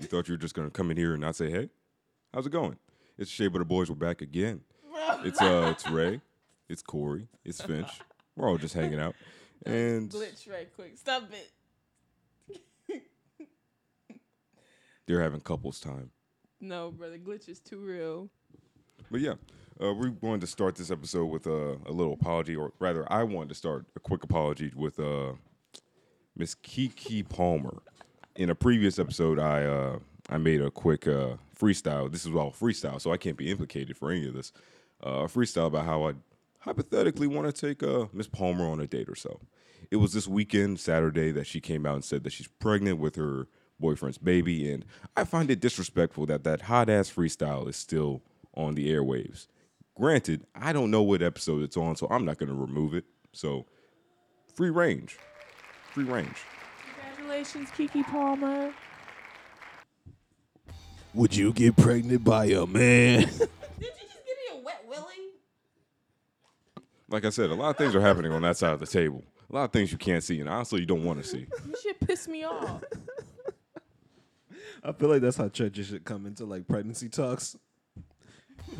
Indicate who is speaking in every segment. Speaker 1: You thought you were just gonna come in here and not say, "Hey, how's it going?" It's Shea Butter Boys. We're back again. It's uh, it's Ray, it's Corey, it's Finch. We're all just hanging out, and
Speaker 2: Glitch right quick. Stop it.
Speaker 1: they're having couples time.
Speaker 2: No, brother. Glitch is too real.
Speaker 1: But yeah, uh, we wanted to start this episode with uh, a little apology, or rather, I wanted to start a quick apology with uh, Miss Kiki Palmer. In a previous episode, I uh, I made a quick uh, freestyle. This is all freestyle, so I can't be implicated for any of this. Uh, a freestyle about how I hypothetically want to take uh, Miss Palmer on a date or so. It was this weekend, Saturday, that she came out and said that she's pregnant with her boyfriend's baby, and I find it disrespectful that that hot ass freestyle is still on the airwaves. Granted, I don't know what episode it's on, so I'm not going to remove it. So, free range, free range.
Speaker 2: Congratulations, Kiki Palmer.
Speaker 3: Would you get pregnant by a man?
Speaker 2: Did you just give me a wet willy?
Speaker 1: Like I said, a lot of things are happening on that side of the table. A lot of things you can't see, and honestly, you don't want to see.
Speaker 2: This shit pissed me off.
Speaker 3: I feel like that's how churches should come into like pregnancy talks.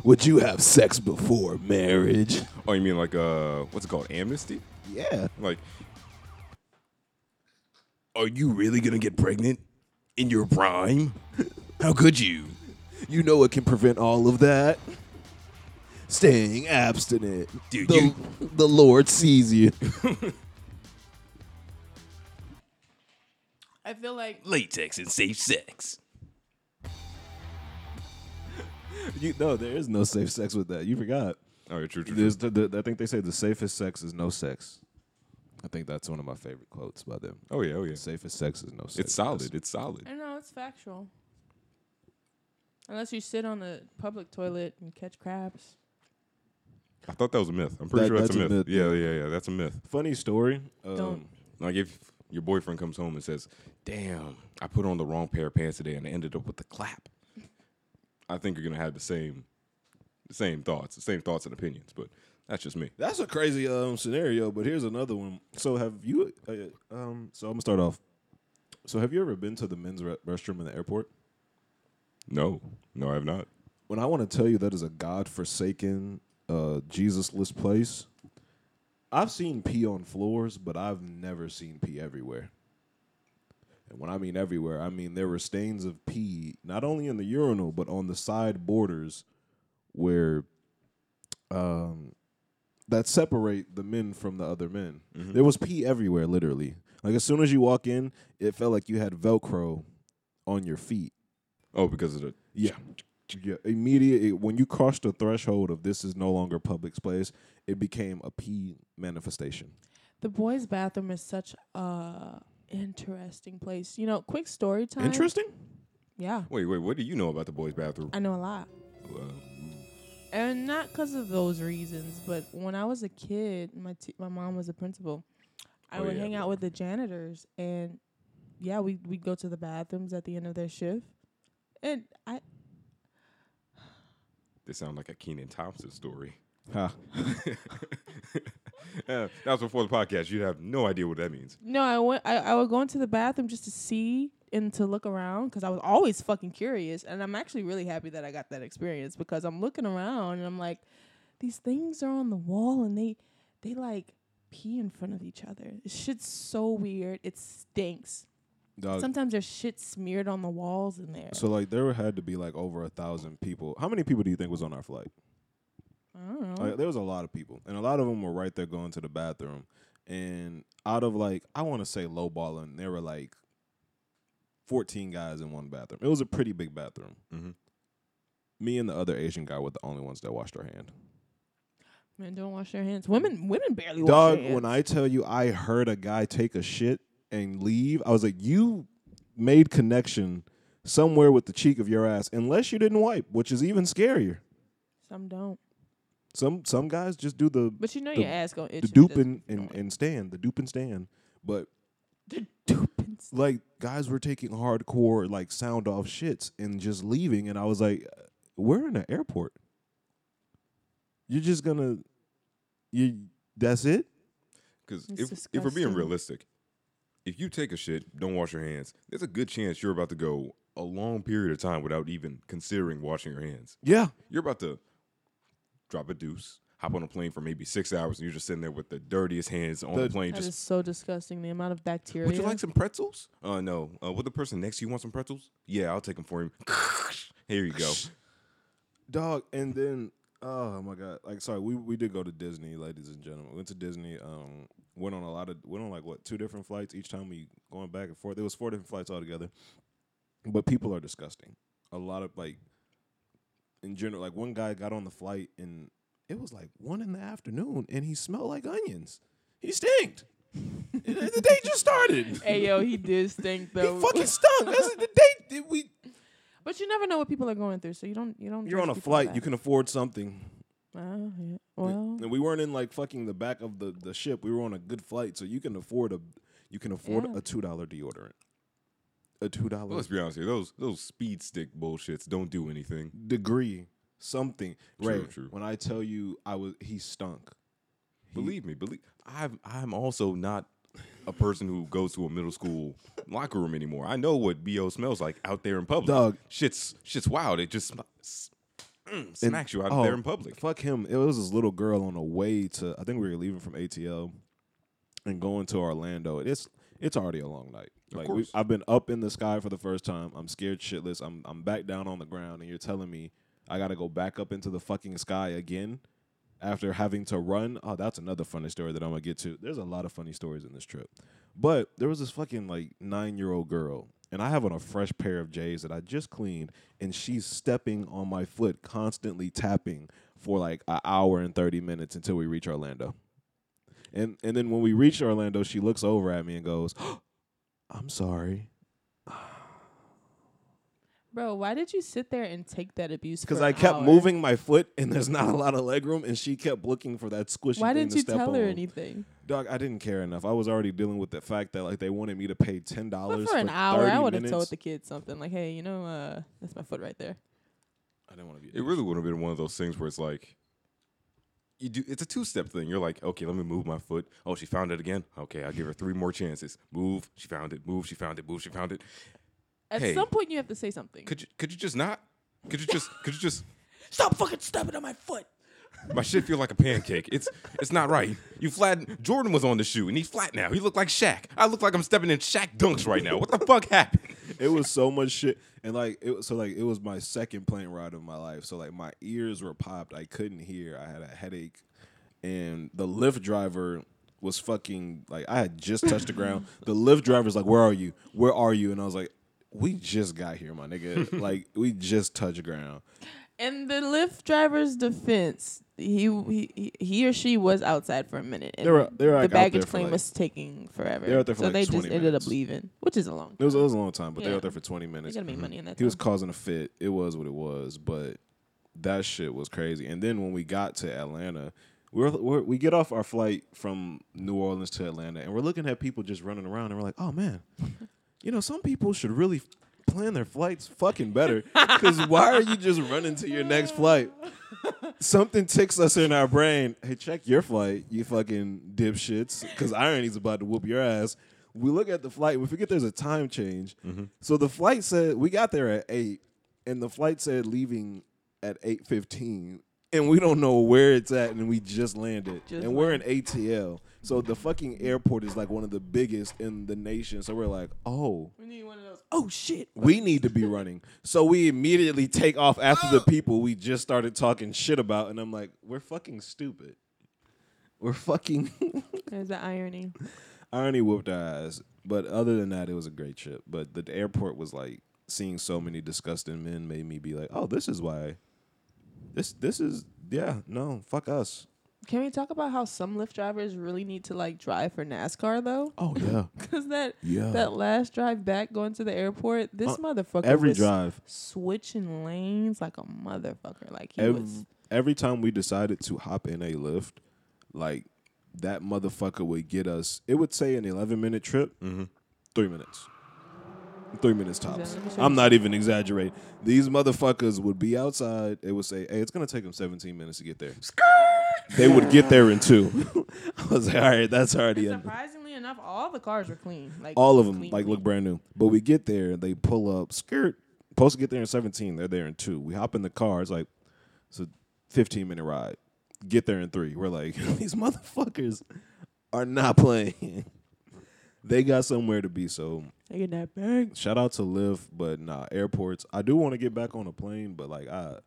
Speaker 3: Would you have sex before marriage?
Speaker 1: Oh, you mean like uh, what's it called, amnesty?
Speaker 3: Yeah.
Speaker 1: Like,
Speaker 3: Are you really gonna get pregnant in your prime? How could you? You know it can prevent all of that. Staying abstinent.
Speaker 1: Dude,
Speaker 3: the,
Speaker 1: you-
Speaker 3: the Lord sees you.
Speaker 2: I feel like
Speaker 3: Latex and safe sex. You no, there is no safe sex with that. You forgot.
Speaker 1: oh, yeah, true, true, true.
Speaker 3: There's the, the, I think they say the safest sex is no sex. I think that's one of my favorite quotes by them.
Speaker 1: Oh yeah, oh yeah.
Speaker 3: The safest sex is no sex.
Speaker 1: It's solid. It's solid.
Speaker 2: I know it's factual. Unless you sit on the public toilet and catch crabs.
Speaker 1: I thought that was a myth. I'm pretty
Speaker 3: That-
Speaker 1: sure that's, a myth. Yeah,
Speaker 3: yeah.
Speaker 1: yeah, yeah. That's a myth.
Speaker 3: Funny story.
Speaker 2: Don't.
Speaker 3: Um,
Speaker 1: Like if your boyfriend comes home and says, "Damn, I put on the wrong pair of pants today and I ended up with a clap," I think you're gonna have the same, the same thoughts, the same thoughts and opinions. But that's just me.
Speaker 3: that's a crazy um, scenario, but here's another one. So have you? Uh, um, so I'm gonna start off. So have you ever been to the men's re- restroom in the airport?
Speaker 1: No, no, I have not.
Speaker 3: When I want to tell you that is a godforsaken, uh, Jesusless place. I've seen pee on floors, but I've never seen pee everywhere. And when I mean everywhere, I mean there were stains of pee not only in the urinal but on the side borders where um that separate the men from the other men.
Speaker 1: Mm-hmm.
Speaker 3: There was pee everywhere literally. Like as soon as you walk in, it felt like you had velcro on your feet.
Speaker 1: Oh, because of the
Speaker 3: Yeah. Yeah. Immediate it- when you crossed the threshold of this is no longer public space, it became a pee manifestation.
Speaker 2: The boys' bathroom is such a interesting place. You know, quick story time. Yeah,
Speaker 1: wait, wait. What do you know about the boys' bathroom?
Speaker 2: I know a lot.
Speaker 1: Uh,
Speaker 2: and not because of those reasons, but when I was a kid, my t- my mom was a principal. I
Speaker 1: Oh,
Speaker 2: would
Speaker 1: yeah.
Speaker 2: hang out with the janitors, and yeah, we we'd go to the bathrooms at the end of their shift, and I
Speaker 1: they sound like a Keenan Thompson story.
Speaker 3: Ha.
Speaker 1: Uh, that was before the podcast. You'd have no idea what that means.
Speaker 2: no, I went I, I would go into the bathroom just to see and to look around because I was always fucking curious, and I'm actually really happy that I got that experience because I'm looking around and I'm like, these things are on the wall and they they like pee in front of each other. This shit's so weird. It stinks.
Speaker 3: Dog,
Speaker 2: Sometimes there's shit smeared on the walls in there.
Speaker 3: Uh, So like there had to be like over a thousand people. How many people do you think was on our flight?
Speaker 2: I don't know.
Speaker 3: Like, there was a lot of people, and a lot of them were right there going to the bathroom. And out of like I want to say lowballing, there were like fourteen guys in one bathroom. It was a pretty big bathroom.
Speaker 1: Mhm.
Speaker 3: Me and the other Asian guy were the only ones that washed our hand.
Speaker 2: Men don't wash their hands. Women, women barely wash
Speaker 3: Dog,
Speaker 2: their hands.
Speaker 3: when I tell you I heard a guy take a shit and leave, I was like, you made connection somewhere with the cheek of your ass, unless you didn't wipe, which is even scarier.
Speaker 2: Some don't.
Speaker 3: Some some guys just do the
Speaker 2: But you know
Speaker 3: The-
Speaker 2: your ass gonna itch.
Speaker 3: the
Speaker 2: if you
Speaker 3: dupe
Speaker 2: just-
Speaker 3: and, and, and stand, the dupe and stand. But
Speaker 2: The duping.
Speaker 3: like guys were taking hardcore like sound off shits and just leaving, and I was like, we're in an airport. You're just gonna, you that's it.
Speaker 1: Because if,
Speaker 2: It's
Speaker 1: if we're being
Speaker 2: disgusting.
Speaker 1: realistic, if you take a shit, don't wash your hands, there's a good chance you're about to go a long period of time without even considering washing your hands.
Speaker 3: Yeah,
Speaker 1: You're about to drop a deuce, hop on a plane for maybe six hours, and you're just sitting there with the dirtiest hands on the,
Speaker 3: The-
Speaker 1: plane.
Speaker 2: That
Speaker 1: Just,
Speaker 2: is so disgusting. The amount of bacteria.
Speaker 1: would you like some pretzels? Uh, no. Uh, would the person next to you want some pretzels? Yeah, I'll take them for him. Here you go.
Speaker 3: dog and then oh my god like sorry we, we did go to disney ladies and gentlemen went to disney um went on a lot of went on like what two different flights each time we going back and forth there was four different flights altogether but people are disgusting a lot of like in general like one guy got on the flight and it was like one in the afternoon and he smelled like onions he stinked the day just started
Speaker 2: Hey yo, he did stink though.
Speaker 3: he fucking stunk That's the day that we
Speaker 2: but you never know what people are going through, so you don't you don't.
Speaker 3: you're on a flight you can afford something
Speaker 2: Oh, yeah.
Speaker 3: And
Speaker 2: Well,
Speaker 3: and we weren't in like fucking the back of the, the ship. We were on a good flight, so you can afford a you can afford
Speaker 2: Yeah.
Speaker 3: a two dollar deodorant. A two dollar
Speaker 1: Let's be honest here. Those those speed stick bullshits don't do anything.
Speaker 3: degree, something.
Speaker 1: True,
Speaker 3: right.
Speaker 1: true.
Speaker 3: When I tell you I was he stunk.
Speaker 1: Believe me, believe I'm I'm also not a person who goes to a middle school locker room anymore. I know what BO smells like out there in public.
Speaker 3: Dog.
Speaker 1: Shit's shit's wild. It just sm- s- mm, smacks you out
Speaker 3: oh,
Speaker 1: there in public.
Speaker 3: Fuck him. It was this little girl on the way to I think we were leaving from ATL and going to Orlando. It's it's already a long night. Like we,
Speaker 1: course.
Speaker 3: I've been up in the sky for the first time. I'm scared shitless. I'm I'm back down on the ground and you're telling me I gotta go back up into the fucking sky again after having to run. Oh, that's another funny story that I'm gonna get to. There's a lot of funny stories in this trip. But there was this fucking like nine year old girl, and I have on a fresh pair of J's that I just cleaned, and she's stepping on my foot, constantly tapping for like an hour and 30 minutes until we reach Orlando. And and then when we reach Orlando, she looks over at me and goes, "Oh, I'm sorry.
Speaker 2: bro, why did you sit there and take that abuse?
Speaker 3: Because
Speaker 2: for
Speaker 3: I
Speaker 2: an
Speaker 3: kept
Speaker 2: hour?
Speaker 3: moving my foot and there's not a lot of leg room, and she kept looking for that squishy
Speaker 2: Why
Speaker 3: thing
Speaker 2: didn't
Speaker 3: to
Speaker 2: you
Speaker 3: step
Speaker 2: tell her
Speaker 3: on.
Speaker 2: anything?
Speaker 3: Dog, I didn't care enough. I was already dealing with the fact that like they wanted me to pay ten
Speaker 2: But
Speaker 3: dollars
Speaker 2: for an hour, I
Speaker 3: would
Speaker 2: have told the kid something like, "Hey, you know, uh, that's my foot right there."
Speaker 3: I didn't want to be.
Speaker 1: It really would have been one of those things where it's like you do it's a two step thing. You're like, okay, let me move my foot. Oh, she found it again. Okay, I'll give her three more chances. Move, she found it, move, she found it, move, she found it.
Speaker 2: At
Speaker 1: Hey.
Speaker 2: some point, you have to say something.
Speaker 1: Could you could you just not? Could you just could you just
Speaker 2: Stop fucking stepping on my foot.
Speaker 1: My shit feel like a pancake. It's it's not right. You flat. Jordan was on the shoe and he's flat now. He looked like Shaq. I look like I'm stepping in Shaq dunks right now. What the fuck happened?
Speaker 3: it was so much shit, and like it was so like it was my second plane ride of my life. So like my ears were popped. I couldn't hear. I had a headache, and the Lyft driver was fucking like I had just touched the ground. The Lyft driver's like, "Where are you? Where are you?" And I was like, "We just got here, my nigga. like we just touched ground."
Speaker 2: In the Lyft driver's defense, he he he or she was outside for a minute. And
Speaker 3: They were- they were,
Speaker 2: the
Speaker 3: like, out there
Speaker 2: baggage
Speaker 3: for,
Speaker 2: claim
Speaker 3: like-
Speaker 2: was taking forever.
Speaker 3: They were out there for,
Speaker 2: so
Speaker 3: like,
Speaker 2: they just
Speaker 3: 20
Speaker 2: ended up
Speaker 3: minutes.
Speaker 2: leaving, which is a long.
Speaker 3: It was, it was a long time, but they
Speaker 2: Yeah.
Speaker 3: were there for 20
Speaker 2: They
Speaker 3: minutes.
Speaker 2: gotta make money in that.
Speaker 3: he was
Speaker 2: time.
Speaker 3: causing a fit. It was what it was, but that shit was crazy. And then when we got to Atlanta, we're, we're we get off our flight from New Orleans to Atlanta, and we're looking at people just running around, and we're like, oh man, you know, some people should really plan their flights fucking better, because why are you just running to your next flight? Something ticks us in our brain. Hey, check your flight, you fucking dipshits, because irony's about to whoop your ass. We look at the flight, we forget there's a time change. So the flight said we got there at eight, and the flight said leaving at eight fifteen, and we don't know where it's at, and we just landed,
Speaker 2: Just
Speaker 3: and we're in ATL. So the fucking airport is like one of the biggest in the nation. So we're like, oh,
Speaker 2: We need one of those. Oh shit!
Speaker 3: we need to be running. So we immediately take off after the people we just started talking shit about. And I'm like, we're fucking stupid. We're fucking.
Speaker 2: There's the irony.
Speaker 3: Irony whooped our ass. But other than that, it was a great trip. But the airport was like seeing so many disgusting men made me be like, oh, this is why. This this is yeah no fuck us.
Speaker 2: Can we talk about how some Lyft drivers really need to like drive for NASCAR though?
Speaker 3: Oh yeah,
Speaker 2: Because that
Speaker 3: yeah.
Speaker 2: that last drive back going to the airport, this
Speaker 3: Uh,
Speaker 2: motherfucker
Speaker 3: every
Speaker 2: was
Speaker 3: drive,
Speaker 2: switching lanes like a motherfucker. Like he
Speaker 3: every,
Speaker 2: was
Speaker 3: every time we decided to hop in a lift, like that motherfucker would get us. It would say an eleven minute trip, three minutes, three minutes tops.
Speaker 2: Let me show
Speaker 3: I'm
Speaker 2: you
Speaker 3: not even exaggerating. These motherfuckers would be outside. They would say, "Hey, it's gonna take them 17 minutes to get there." They would get there in two. I was like, "All right, that's already
Speaker 2: And
Speaker 3: in."
Speaker 2: surprisingly enough, all the cars were clean. Like
Speaker 3: All of them
Speaker 2: clean,
Speaker 3: like
Speaker 2: clean.
Speaker 3: look brand new. But we get there, they pull up. Skirt. Supposed to get there in 17. They're there in two. We hop in the car. It's like it's a 15 minute ride. Get there in three. We're like, these motherfuckers are not playing. they got somewhere to be. So
Speaker 2: They get that bang.
Speaker 3: shout out to Lyft, but nah, airports. I do want to get back on a plane, but like I,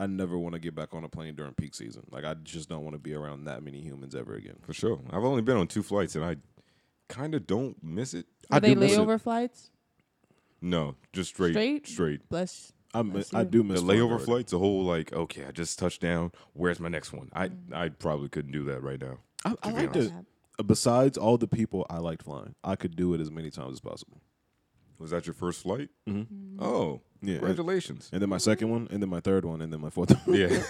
Speaker 3: I never want to get back on a plane during peak season. Like I just don't want to be around that many humans ever again.
Speaker 1: For sure. I've only been on two flights and I kind of don't miss it.
Speaker 2: Were
Speaker 3: I
Speaker 2: they
Speaker 3: do miss it.
Speaker 2: layover flights?
Speaker 1: No, just straight.
Speaker 2: Straight?
Speaker 1: Straight.
Speaker 2: Bless.
Speaker 3: I miss,
Speaker 2: see.
Speaker 3: I do miss
Speaker 1: The layover
Speaker 3: flying.
Speaker 1: flights, the whole like, okay, I just touched down. Where's my next one? I I probably couldn't do that right now.
Speaker 3: I, I
Speaker 1: be
Speaker 3: liked
Speaker 1: honest.
Speaker 3: it. Besides all the people, I liked flying. I could do it as many times as possible.
Speaker 1: Was that your first flight? Mm-hmm. Oh,
Speaker 3: Yeah.
Speaker 1: congratulations.
Speaker 3: And then my second one, and then my third one, and then my fourth one.
Speaker 1: yeah.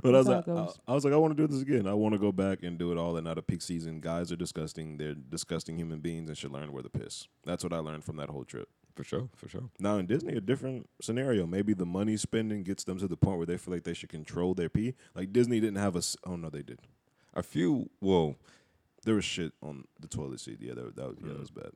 Speaker 3: but I was like,
Speaker 2: That's how it
Speaker 3: I,
Speaker 2: goes.
Speaker 3: I was like, I want to do this again. I want to go back and do it all and not a peak season. Guys are disgusting. They're disgusting human beings and should learn where to piss. That's what I learned from that whole trip.
Speaker 1: for sure. For sure.
Speaker 3: Now in Disney, a different scenario. Maybe the money spending gets them to the point where they feel like they should control their pee. Like Disney didn't have a. s- Oh no, they did.
Speaker 1: I feel well.
Speaker 3: There was shit on the toilet seat. Yeah, that, that, was, yeah, that was bad.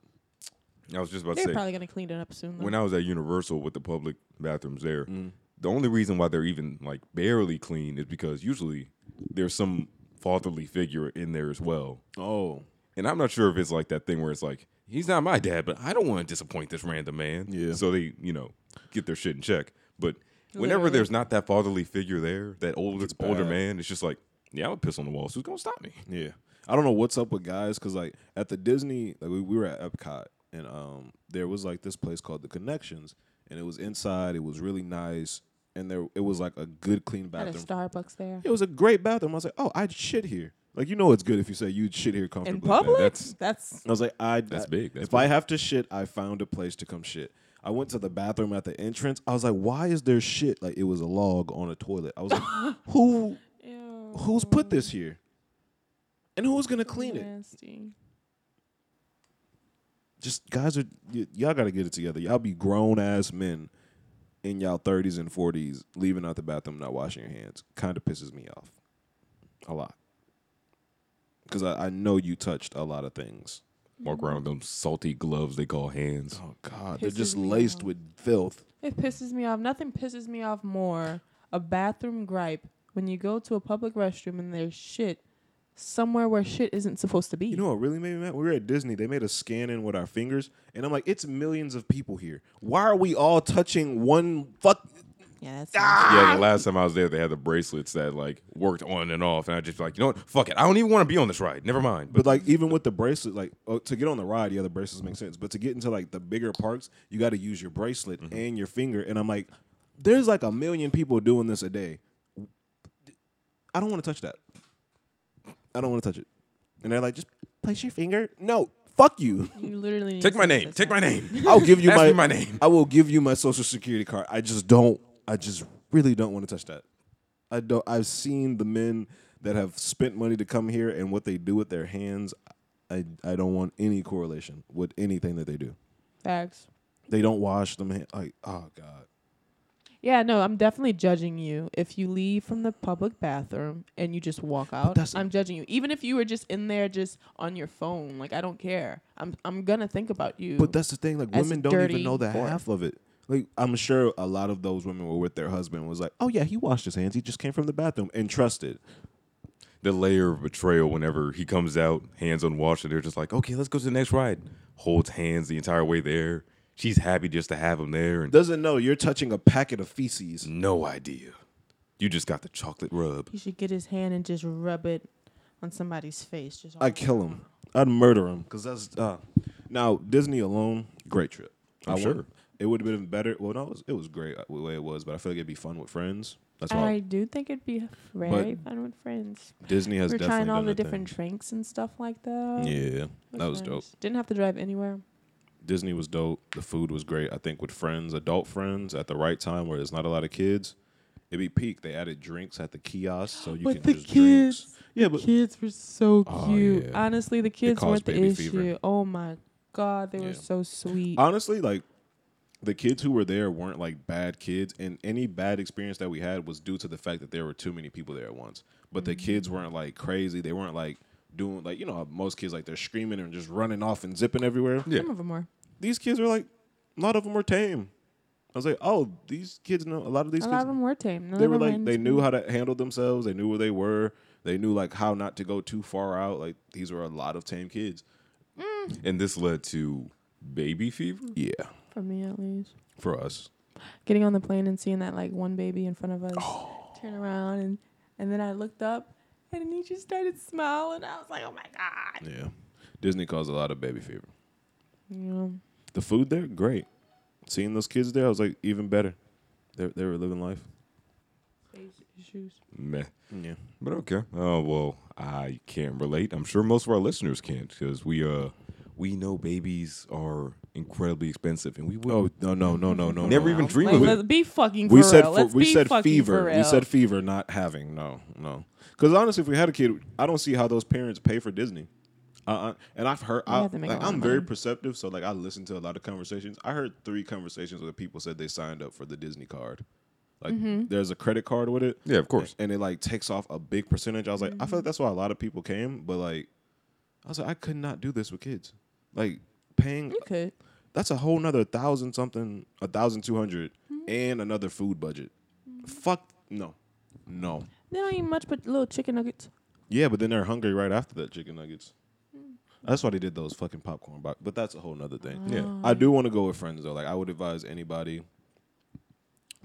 Speaker 1: I was just about to say
Speaker 2: They're probably gonna clean it up soon. Though.
Speaker 1: when I was at Universal with the public bathrooms there,
Speaker 3: Mm.
Speaker 1: the only reason why they're even like barely clean is because usually there's some fatherly figure in there as well.
Speaker 3: Oh
Speaker 1: And I'm not sure if it's like that thing where it's like, he's not my dad, but I don't want to disappoint this random man.
Speaker 3: Yeah.
Speaker 1: So they, you know, get their shit in check. But whenever
Speaker 2: Literally.
Speaker 1: there's not that fatherly figure there, that older older
Speaker 3: bad.
Speaker 1: man, it's just like, yeah, I'm gonna piss on the wall. So who's gonna stop me?
Speaker 3: yeah. I don't know what's up with guys because like at the Disney, like we, we were at Epcot and um there was like this place called the Connections and it was inside. It was really nice and there it was like a good clean
Speaker 2: Had a
Speaker 3: bathroom.
Speaker 2: Starbucks there.
Speaker 3: It was a great bathroom. I was like, oh, I'd shit here. Like you know, it's good if you say you'd shit here comfortably.
Speaker 2: In public?
Speaker 1: that's-
Speaker 2: That's,
Speaker 3: I was like, I
Speaker 1: That's
Speaker 3: I-
Speaker 1: big, that's
Speaker 3: if I have to shit, I found a place to come shit. I went to the bathroom at the entrance. I was like, why is there shit? Like it was a log on a toilet. I was like, who
Speaker 2: Ew,
Speaker 3: who's put this here? And who's gonna clean it?
Speaker 2: nasty.
Speaker 3: Just guys are y- y'all gotta get it together. Y'all be grown ass men in y'all thirties and forties leaving out the bathroom not washing your hands. Kinda pisses me off. A lot. Cause I, I know you touched a lot of things.
Speaker 1: Walk around with them salty gloves they call hands.
Speaker 3: Oh God, they're
Speaker 2: Pisses
Speaker 3: just
Speaker 2: me
Speaker 3: laced
Speaker 2: off.
Speaker 3: with filth.
Speaker 2: It pisses me off. Nothing pisses me off more a bathroom gripe when you go to a public restroom and there's shit somewhere where shit isn't supposed to be.
Speaker 3: You know what really made me mad? We were at Disney. They made us scan in with our fingers, and I'm like, it's millions of people here. Why are we all touching one fuck?
Speaker 2: yeah, that's
Speaker 3: Ah!
Speaker 1: Yeah, the last time I was there, they had the bracelets that like worked on and off, and I just like, you know what? Fuck it. I don't even want to be on this ride. Never mind. But
Speaker 3: But like, even with the bracelet, like oh, to get on the ride, yeah, the bracelets make sense. But to get into like the bigger parks, you got to use your bracelet and your finger. And I'm like, there's like a million people doing this a day. I don't want to touch that. I don't want to touch it. And they're like, just place your finger. No, fuck you.
Speaker 2: you literally need
Speaker 1: take
Speaker 2: to
Speaker 1: my
Speaker 2: sit
Speaker 1: name.
Speaker 2: this
Speaker 1: Take my
Speaker 2: down.
Speaker 1: name.
Speaker 3: I'll give you
Speaker 1: Ask
Speaker 3: my,
Speaker 1: me my name.
Speaker 3: I will give you my social security card. I just don't. I just really don't want to touch that. I don't. I've seen the men that have spent money to come here and what they do with their hands. I I don't want any correlation with anything that they do.
Speaker 2: Facts.
Speaker 3: They don't wash them. hand- Like oh god.
Speaker 2: Yeah, no, I'm definitely judging you if you leave from the public bathroom and you just walk out.
Speaker 3: that's-
Speaker 2: I'm judging you, even if you were just in there, just on your phone. Like I don't care. I'm I'm gonna think about you.
Speaker 3: But that's the thing. Like
Speaker 2: As a
Speaker 3: women don't even
Speaker 2: dirty
Speaker 3: know the
Speaker 2: whore.
Speaker 3: half of it. Like I'm sure a lot of those women were with their husband was like, oh yeah, he washed his hands. He just came from the bathroom and trusted.
Speaker 1: the layer of betrayal whenever he comes out, hands unwashed, and they're just like, okay, let's go to the next ride. Holds hands the entire way there. She's happy just to have him there, and
Speaker 3: Doesn't know you're touching a packet of feces.
Speaker 1: no idea. You just got the chocolate rub.
Speaker 2: he should get his hand and just rub it on somebody's face. Just
Speaker 3: I'd kill him. I'd murder him because that's uh, now Disney alone. Great trip.
Speaker 1: I'm
Speaker 3: I want-
Speaker 1: sure.
Speaker 3: It would have been better. Well, no, it was, it was great uh, the way it was, but I feel like it'd be fun with friends. That's why
Speaker 2: I do think it'd be very fun with friends.
Speaker 3: Disney
Speaker 2: We
Speaker 3: has
Speaker 2: were
Speaker 3: definitely
Speaker 2: trying all
Speaker 3: done
Speaker 2: the
Speaker 3: a thing.
Speaker 2: different drinks and stuff like that.
Speaker 3: Yeah,
Speaker 2: With
Speaker 3: that was dope.
Speaker 2: friends. Didn't have to drive anywhere.
Speaker 3: Disney was dope. The food was great. I think with friends, adult friends, at the right time where there's not a lot of kids, it'd be peak. They added drinks at the kiosk, so you
Speaker 2: But
Speaker 3: can
Speaker 2: the
Speaker 3: just
Speaker 2: kids,
Speaker 3: drinks. Yeah, but
Speaker 2: Kids were so
Speaker 3: Oh,
Speaker 2: cute.
Speaker 3: yeah.
Speaker 2: Honestly, the kids weren't
Speaker 3: caused
Speaker 2: the
Speaker 3: baby
Speaker 2: issue.
Speaker 3: fever.
Speaker 2: Oh my god, they
Speaker 3: Yeah.
Speaker 2: were so sweet.
Speaker 3: honestly, like the kids who were there weren't like bad kids, and any bad experience that we had was due to the fact that there were too many people there at once. But the kids weren't like crazy. They weren't like doing like you know how most kids like they're screaming and just running off and zipping everywhere.
Speaker 1: Yeah.
Speaker 2: Some of them were.
Speaker 3: These kids were like a lot of them were tame. I was like, oh, these kids know a lot of these
Speaker 2: A
Speaker 3: kids
Speaker 2: lot of Mm-hmm. them were tame. None
Speaker 3: they
Speaker 2: of
Speaker 3: were
Speaker 2: them
Speaker 3: like they
Speaker 2: into-
Speaker 3: knew how to handle themselves they knew where they were they knew like how not to go too far out like these were a lot of tame kids
Speaker 2: Mm.
Speaker 1: And this led to baby fever.
Speaker 3: yeah
Speaker 2: for me at least.
Speaker 3: for us
Speaker 2: Getting on the plane and seeing that like one baby in front of us turn around and and then I looked up and he just started smiling. I was like, oh my god.
Speaker 3: yeah disney caused a lot of baby fever
Speaker 2: Yeah.
Speaker 3: the food there great seeing those kids there i was like even better they, they were living life
Speaker 2: Face issues.
Speaker 1: Meh.
Speaker 3: yeah
Speaker 1: But okay. Oh well, I can't relate. I'm sure most of our listeners can't because we uh we know babies are incredibly expensive, and we will.
Speaker 3: oh no no no no no
Speaker 1: Never
Speaker 3: no.
Speaker 1: even dream
Speaker 2: Like,
Speaker 1: of
Speaker 2: let's
Speaker 1: it.
Speaker 2: be fucking.
Speaker 3: we
Speaker 2: for
Speaker 3: said
Speaker 2: real.
Speaker 3: fe-
Speaker 2: Let's
Speaker 3: we
Speaker 2: be
Speaker 3: said
Speaker 2: fucking
Speaker 3: fever
Speaker 2: For real.
Speaker 3: we said fever not having no no because honestly if we had a kid i don't see how those parents pay for disney uh-uh. and i've heard
Speaker 2: They
Speaker 3: I,
Speaker 2: have to make a
Speaker 3: like,
Speaker 2: lot of
Speaker 3: i'm very
Speaker 2: money.
Speaker 3: perceptive so like i listen to a lot of conversations i heard three conversations where people said they signed up for the disney card like
Speaker 2: Mm-hmm.
Speaker 3: there's a credit card with it
Speaker 1: Yeah, of course.
Speaker 3: and it like takes off a big percentage i was like i feel like that's why a lot of people came but like i was like i could not do this with kids like paying
Speaker 2: You could.
Speaker 3: that's a whole nother thousand something, a thousand two hundred, and another food budget. Fuck no, no.
Speaker 2: They don't eat much but little chicken nuggets.
Speaker 3: Yeah, but then they're hungry right after that chicken nuggets. That's why they did those fucking popcorn box. But that's a whole nother thing.
Speaker 1: Yeah.
Speaker 3: I do want to go with friends though. Like I would advise anybody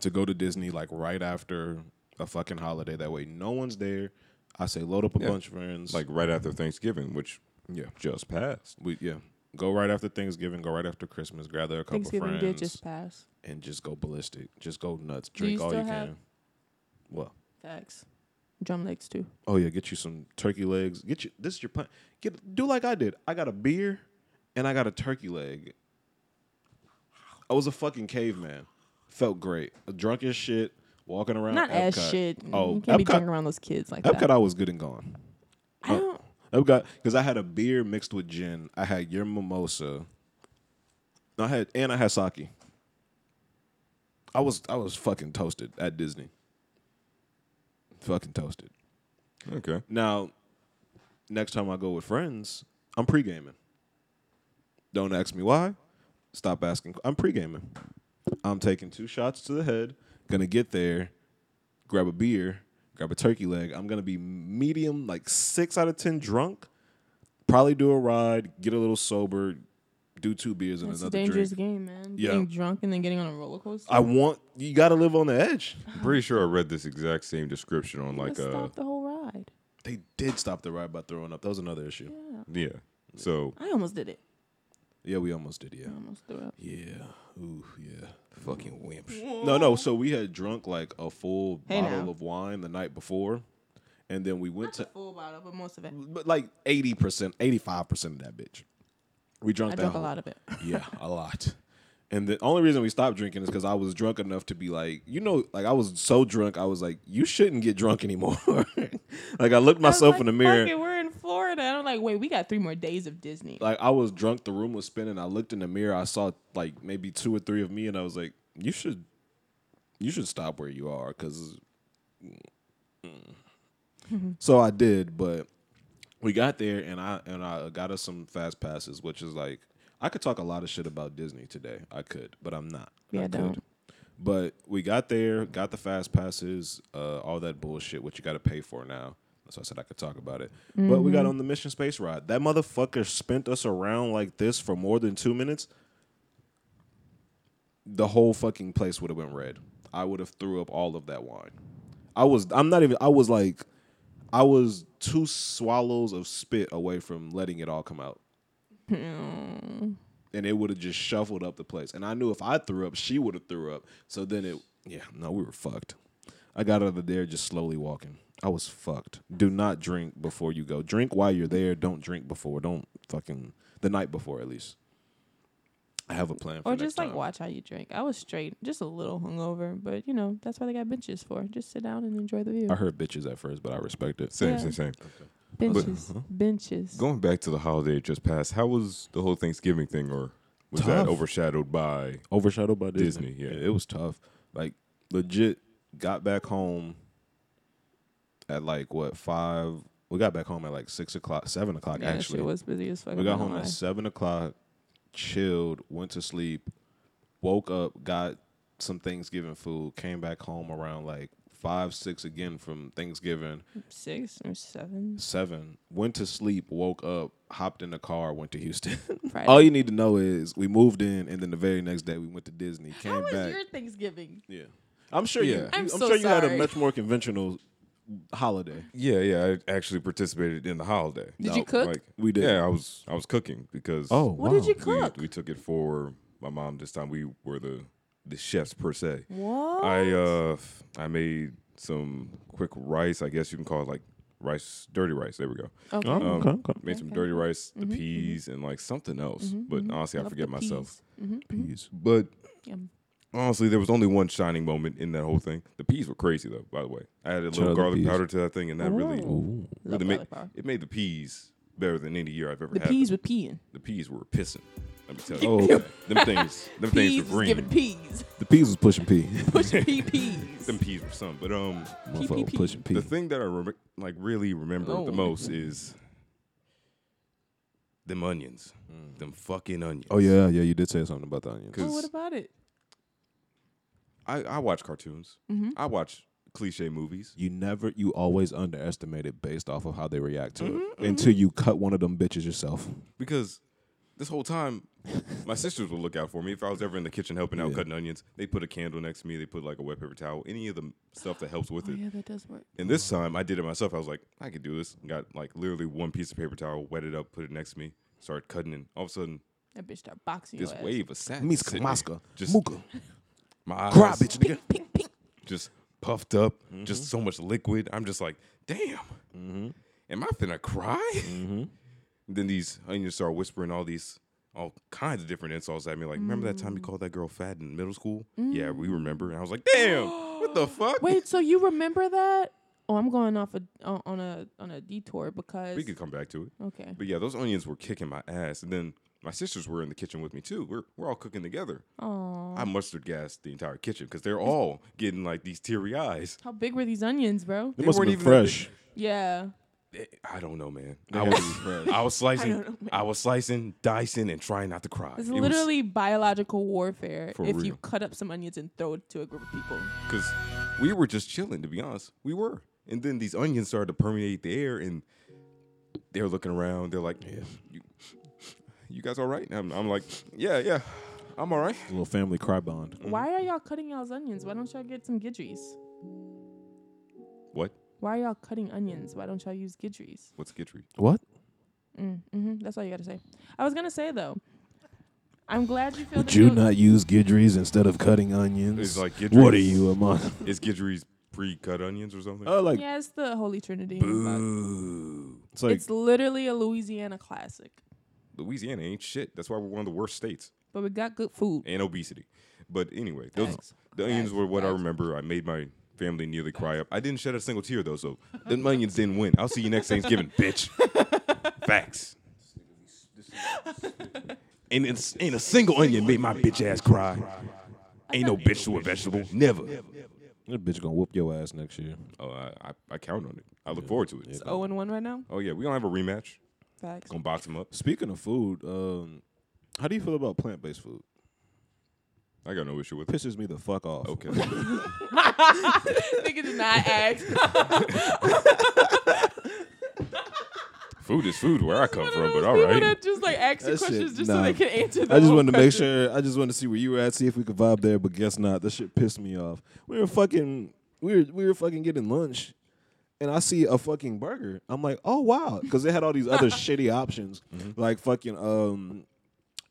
Speaker 3: to go to Disney like right after a fucking holiday. That way, no one's there. I say load up a
Speaker 1: Yeah.
Speaker 3: bunch of friends.
Speaker 1: Like right after Thanksgiving, which
Speaker 3: yeah,
Speaker 1: just passed.
Speaker 3: we yeah. Go right after Thanksgiving. Go right after Christmas. Gather a couple
Speaker 2: Thanksgiving
Speaker 3: friends.
Speaker 2: did just pass.
Speaker 3: and just go ballistic. Just go nuts.
Speaker 2: Do you
Speaker 3: Drink all you
Speaker 2: still
Speaker 3: can.
Speaker 2: have-
Speaker 3: Well,
Speaker 2: Facts. Drum legs too.
Speaker 3: oh yeah, get you some turkey legs. Get you this is your plan. Get do like I did. I got a beer and I got a turkey leg. I was a fucking caveman. Felt great. Drunk as shit. Walking around.
Speaker 2: Not
Speaker 3: Epcot.
Speaker 2: as shit.
Speaker 3: Oh,
Speaker 2: you can't be
Speaker 3: Epcot-
Speaker 2: drunk around those kids like
Speaker 3: Epcot, Oh,
Speaker 2: that.
Speaker 3: I was good and gone.
Speaker 2: I don't.
Speaker 3: Epcot, because I had a beer mixed with gin. I had your mimosa. I had and I had sake. I was I was fucking toasted at Disney. Fucking toasted.
Speaker 1: Okay.
Speaker 3: Now, next time I go with friends, I'm pre gaming. Don't ask me why. Stop asking. I'm pre gaming. I'm taking two shots to the head. Gonna get there, grab a beer, grab a turkey leg. I'm gonna be medium, like six out of ten drunk. Probably do a ride, get a little sober, do two beers and
Speaker 2: It's a
Speaker 3: another
Speaker 2: dangerous
Speaker 3: drink.
Speaker 2: game, man.
Speaker 3: Yeah.
Speaker 2: Getting drunk and then getting on a roller coaster.
Speaker 3: I want you gotta live on the edge.
Speaker 1: I'm pretty sure I read this exact same description on like
Speaker 2: Let's
Speaker 1: uh
Speaker 2: stop the whole ride.
Speaker 3: They did stop the ride by throwing up. That was another issue.
Speaker 2: Yeah.
Speaker 1: yeah. So
Speaker 2: I almost did it.
Speaker 3: Yeah, we almost did, yeah.
Speaker 2: I almost threw up.
Speaker 3: Yeah. Ooh, yeah.
Speaker 1: fucking wimps.
Speaker 3: No, no. So we had drunk like a full
Speaker 2: Hey,
Speaker 3: bottle
Speaker 2: now.
Speaker 3: of wine the night before, and then we went to
Speaker 2: full bottle, but most of it.
Speaker 3: but like eighty percent, eighty five percent of that bitch. We drank
Speaker 2: I
Speaker 3: that
Speaker 2: drank a
Speaker 3: whole-
Speaker 2: lot of it.
Speaker 3: yeah, a lot. And the only reason we stopped drinking is because I was drunk enough to be like, you know, like I was so drunk, I was like, you shouldn't get drunk anymore. like I looked myself in the mirror.
Speaker 2: we're in Florida. I'm like, wait, we got three more days of Disney.
Speaker 3: Like I was drunk, the room was spinning. I looked in the mirror, I saw like maybe two or three of me, and I was like, you should, you should stop where you are, because. mm." so I did, but we got there and I and I got us some fast passes, which is like I could talk a lot of shit about Disney today. I could, but I'm not.
Speaker 2: Yeah,
Speaker 3: I could.
Speaker 2: don't.
Speaker 3: But we got there, got the fast passes, uh, all that bullshit, which you got to pay for now. So I said I could talk about it. But we got on the Mission Space Ride. That motherfucker spent us around like this for more than two minutes. The whole fucking place would have went red. I would have threw up all of that wine. I was. I'm not even. I was like, I was
Speaker 2: Hmm.
Speaker 3: two swallows of spit away from letting it all come out. and it would have just shuffled up the place. And I knew if I threw up, she would have threw up. So then it, yeah, no, we were fucked. I got out of there just slowly walking. I was fucked. Do not drink before you go. Drink while you're there. Don't drink before. Don't fucking the night before at least. I have a plan. for
Speaker 2: Or
Speaker 3: next
Speaker 2: just like
Speaker 3: time.
Speaker 2: watch how you drink. I was straight, just a little hungover, but you know that's why they got benches for. Just sit down and enjoy the view.
Speaker 3: I heard bitches at first, but I respect it.
Speaker 1: Same,
Speaker 2: Yeah.
Speaker 1: same, same.
Speaker 2: Benches,
Speaker 3: uh-huh.
Speaker 2: benches.
Speaker 1: Going back to the holiday that just passed, how was the whole Thanksgiving thing, or was
Speaker 3: Tough.
Speaker 1: that overshadowed by?
Speaker 3: overshadowed by Disney.
Speaker 1: Disney, yeah.
Speaker 3: it was tough. Like legit, got back home at like what five? We got back home at like six o'clock, seven o'clock
Speaker 2: yeah,
Speaker 3: actually.
Speaker 2: that shit was busy as fuck.
Speaker 3: we
Speaker 2: I'm
Speaker 3: got
Speaker 2: not
Speaker 3: home at
Speaker 2: gonna
Speaker 3: seven o'clock, chilled, went to sleep, woke up, got some Thanksgiving food, came back home around like five, six again from Thanksgiving,
Speaker 2: lie. six or seven.
Speaker 3: seven, went to sleep, woke up, hopped in the car, went to Houston.
Speaker 2: Friday.
Speaker 3: All you need to know is we moved in, and then the very next day we went to Disney. Came
Speaker 2: how was
Speaker 3: back.
Speaker 2: your Thanksgiving?
Speaker 3: Yeah, I'm sure.
Speaker 1: Yeah.
Speaker 3: You,
Speaker 2: I'm
Speaker 3: I'm,
Speaker 2: so
Speaker 3: sure you had a
Speaker 2: sorry.
Speaker 3: much more conventional holiday.
Speaker 1: Yeah, yeah. I actually participated in the holiday.
Speaker 2: Did you cook?
Speaker 1: Like
Speaker 3: We did.
Speaker 1: Yeah, I was I was cooking because
Speaker 2: What did you
Speaker 1: we,
Speaker 2: cook?
Speaker 1: we took it for my mom this time. We were the the chefs per se.
Speaker 2: What?
Speaker 1: I uh f- I made some quick rice. I guess you can call it like rice, dirty rice. There we go.
Speaker 2: okay.
Speaker 3: Oh, okay,
Speaker 1: Um,
Speaker 3: okay.
Speaker 1: Made some dirty rice,
Speaker 2: Mm-hmm,
Speaker 1: the peas, and like something else. but honestly, I
Speaker 2: Love
Speaker 1: forget
Speaker 2: the
Speaker 1: myself.
Speaker 2: peas. Mhm.
Speaker 3: Peas.
Speaker 1: But
Speaker 2: Yum.
Speaker 1: honestly, there was only one shining moment in that whole thing. The peas were crazy though. By the way, I added a
Speaker 3: Shout out
Speaker 1: little
Speaker 3: the
Speaker 1: garlic
Speaker 3: peas.
Speaker 1: powder to that thing, and that really
Speaker 2: Ooh. Love
Speaker 1: really made
Speaker 2: garlic powder.
Speaker 1: it made the peas better than any year I've ever
Speaker 2: The
Speaker 1: had.
Speaker 2: peas
Speaker 1: them.
Speaker 2: with peeing.
Speaker 1: the peas were pissing. Let me tell you.
Speaker 3: Oh, okay.
Speaker 1: them things, them
Speaker 2: Peas
Speaker 1: things
Speaker 2: is
Speaker 1: were
Speaker 2: giving
Speaker 1: green.
Speaker 2: peas.
Speaker 3: the peas was pushing pee.
Speaker 2: Push pee peas. Oh,
Speaker 1: Them peas were some. But um,
Speaker 3: Motherfucker was
Speaker 2: pee.
Speaker 3: pushing pee.
Speaker 1: the thing that I remem- like really remember
Speaker 2: Oh.
Speaker 1: the most is them onions, them fucking onions.
Speaker 3: Oh yeah, yeah. You did say something about the onions.
Speaker 2: Oh, what
Speaker 1: Cause-
Speaker 2: about it?
Speaker 1: I, I watch cartoons.
Speaker 2: Mm-hmm.
Speaker 1: I watch cliche movies.
Speaker 3: You never, you always underestimate it based off of how they react
Speaker 2: Mm-hmm,
Speaker 3: to it until you cut one of them bitches yourself.
Speaker 1: because this whole time my sisters would look out for me if i was ever in the kitchen helping out
Speaker 3: Yeah.
Speaker 1: cutting onions they put a candle next to me they put like a wet paper towel any of the stuff that helps with
Speaker 2: Oh
Speaker 1: it
Speaker 2: yeah, that does work.
Speaker 1: and this time i did it myself i was like i could do this got like literally one piece of paper towel wet it up put it next to me started cutting and all of a sudden
Speaker 2: That bitch start boxing
Speaker 1: this
Speaker 2: your ass.
Speaker 1: wave of sadness
Speaker 3: Miska,
Speaker 1: hit me.
Speaker 3: Maska,
Speaker 1: just
Speaker 3: Muka,
Speaker 1: my eyes
Speaker 3: cry, bitch, nigga.
Speaker 2: Pink, pink.
Speaker 1: just puffed up just so much liquid i'm just like damn am i finna cry then these onions start whispering all these all kinds of different insults at me. Like, remember that time you called that girl fat in middle school? Yeah, we remember. And I was like, damn, what the fuck?
Speaker 2: Wait, so you remember that? Oh, I'm going off a, on on a on a detour because
Speaker 1: We could come back to it.
Speaker 2: okay.
Speaker 1: But yeah, those onions were kicking my ass. And then my sisters were in the kitchen with me too. We're, we're all cooking together.
Speaker 2: Oh,
Speaker 1: I mustard gassed the entire kitchen because they're all getting like these teary eyes.
Speaker 2: how big were these onions, bro?
Speaker 3: They
Speaker 1: They
Speaker 3: must have
Speaker 1: weren't
Speaker 3: been
Speaker 1: even that big.
Speaker 3: fresh.
Speaker 2: Yeah,
Speaker 1: Eh, I don't know, man.
Speaker 3: They
Speaker 1: I
Speaker 3: had
Speaker 1: was,
Speaker 3: to be fresh.
Speaker 1: I was
Speaker 2: I
Speaker 1: slicing,
Speaker 2: don't know,
Speaker 1: I, was slicing, dicing, and trying not to cry.
Speaker 2: it's
Speaker 1: It was-
Speaker 2: literally biological warfare.
Speaker 1: For
Speaker 2: if you
Speaker 1: real.
Speaker 2: cut up some onions and throw it to a group of people,
Speaker 1: because we were just chilling to be honest we were and then these onions started to permeate the air and they're looking around they're like you, you guys all right and I'm, I'm like yeah yeah i'm all right
Speaker 3: A little family cry bond.
Speaker 2: why are y'all cutting y'all's onions? Why don't y'all get some gidries?
Speaker 1: what
Speaker 2: Why are y'all cutting onions? Why don't y'all use gidries?
Speaker 1: what's Guitry?
Speaker 3: What?
Speaker 2: Mm, hmm that's all you gotta say. I was gonna say though, I'm glad you feel.
Speaker 3: Would
Speaker 2: the
Speaker 3: you
Speaker 2: guilt-
Speaker 3: not use Gidries instead of cutting onions?
Speaker 1: It's like Gidries.
Speaker 3: what are you, a mon?
Speaker 1: is Guitry's pre-cut onions or something
Speaker 3: Oh, like
Speaker 2: Yeah, it's the Holy Trinity.
Speaker 1: Ooh.
Speaker 3: it's like
Speaker 2: it's literally a Louisiana classic.
Speaker 1: louisiana ain't shit that's why we're one of the worst states
Speaker 2: But we got good food.
Speaker 1: and obesity but anyway those,
Speaker 2: Facts.
Speaker 1: the onions
Speaker 2: Facts.
Speaker 1: were what i
Speaker 2: Facts.
Speaker 1: remember i made my family nearly cry up i didn't shed a single tear though so the onions didn't win i'll see you next thanksgiving bitch facts Ain't, it's, ain't a single onion made my bitch ass cry. Ain't no bitch to a vegetable. Never.
Speaker 3: that bitch gonna whoop your ass next year.
Speaker 1: Oh, I, I, I count on it. I look forward to it.
Speaker 2: It's 0 and 1 right now.
Speaker 1: Oh, yeah. we going to have a rematch.
Speaker 2: Facts.
Speaker 1: Gonna box him up.
Speaker 3: Speaking of food, um, how do you feel about plant based food?
Speaker 1: I got no issue with it.
Speaker 3: Pisses me the fuck off.
Speaker 1: Okay.
Speaker 2: Nigga did not ask.
Speaker 1: food is food where I come from, but all
Speaker 2: People
Speaker 1: right.
Speaker 2: that just like ask you
Speaker 3: That shit,
Speaker 2: questions just so
Speaker 3: nah.
Speaker 2: they can answer the
Speaker 3: I just
Speaker 2: whole
Speaker 3: wanted to make
Speaker 2: question.
Speaker 3: sure. I just wanted to see where you were at, see if we could vibe there. But guess not. That shit pissed me off. We were fucking. We were we were fucking getting lunch, and I see a fucking burger. Mm-hmm. I'm like, oh wow, because they had all these other shitty options, like fucking um,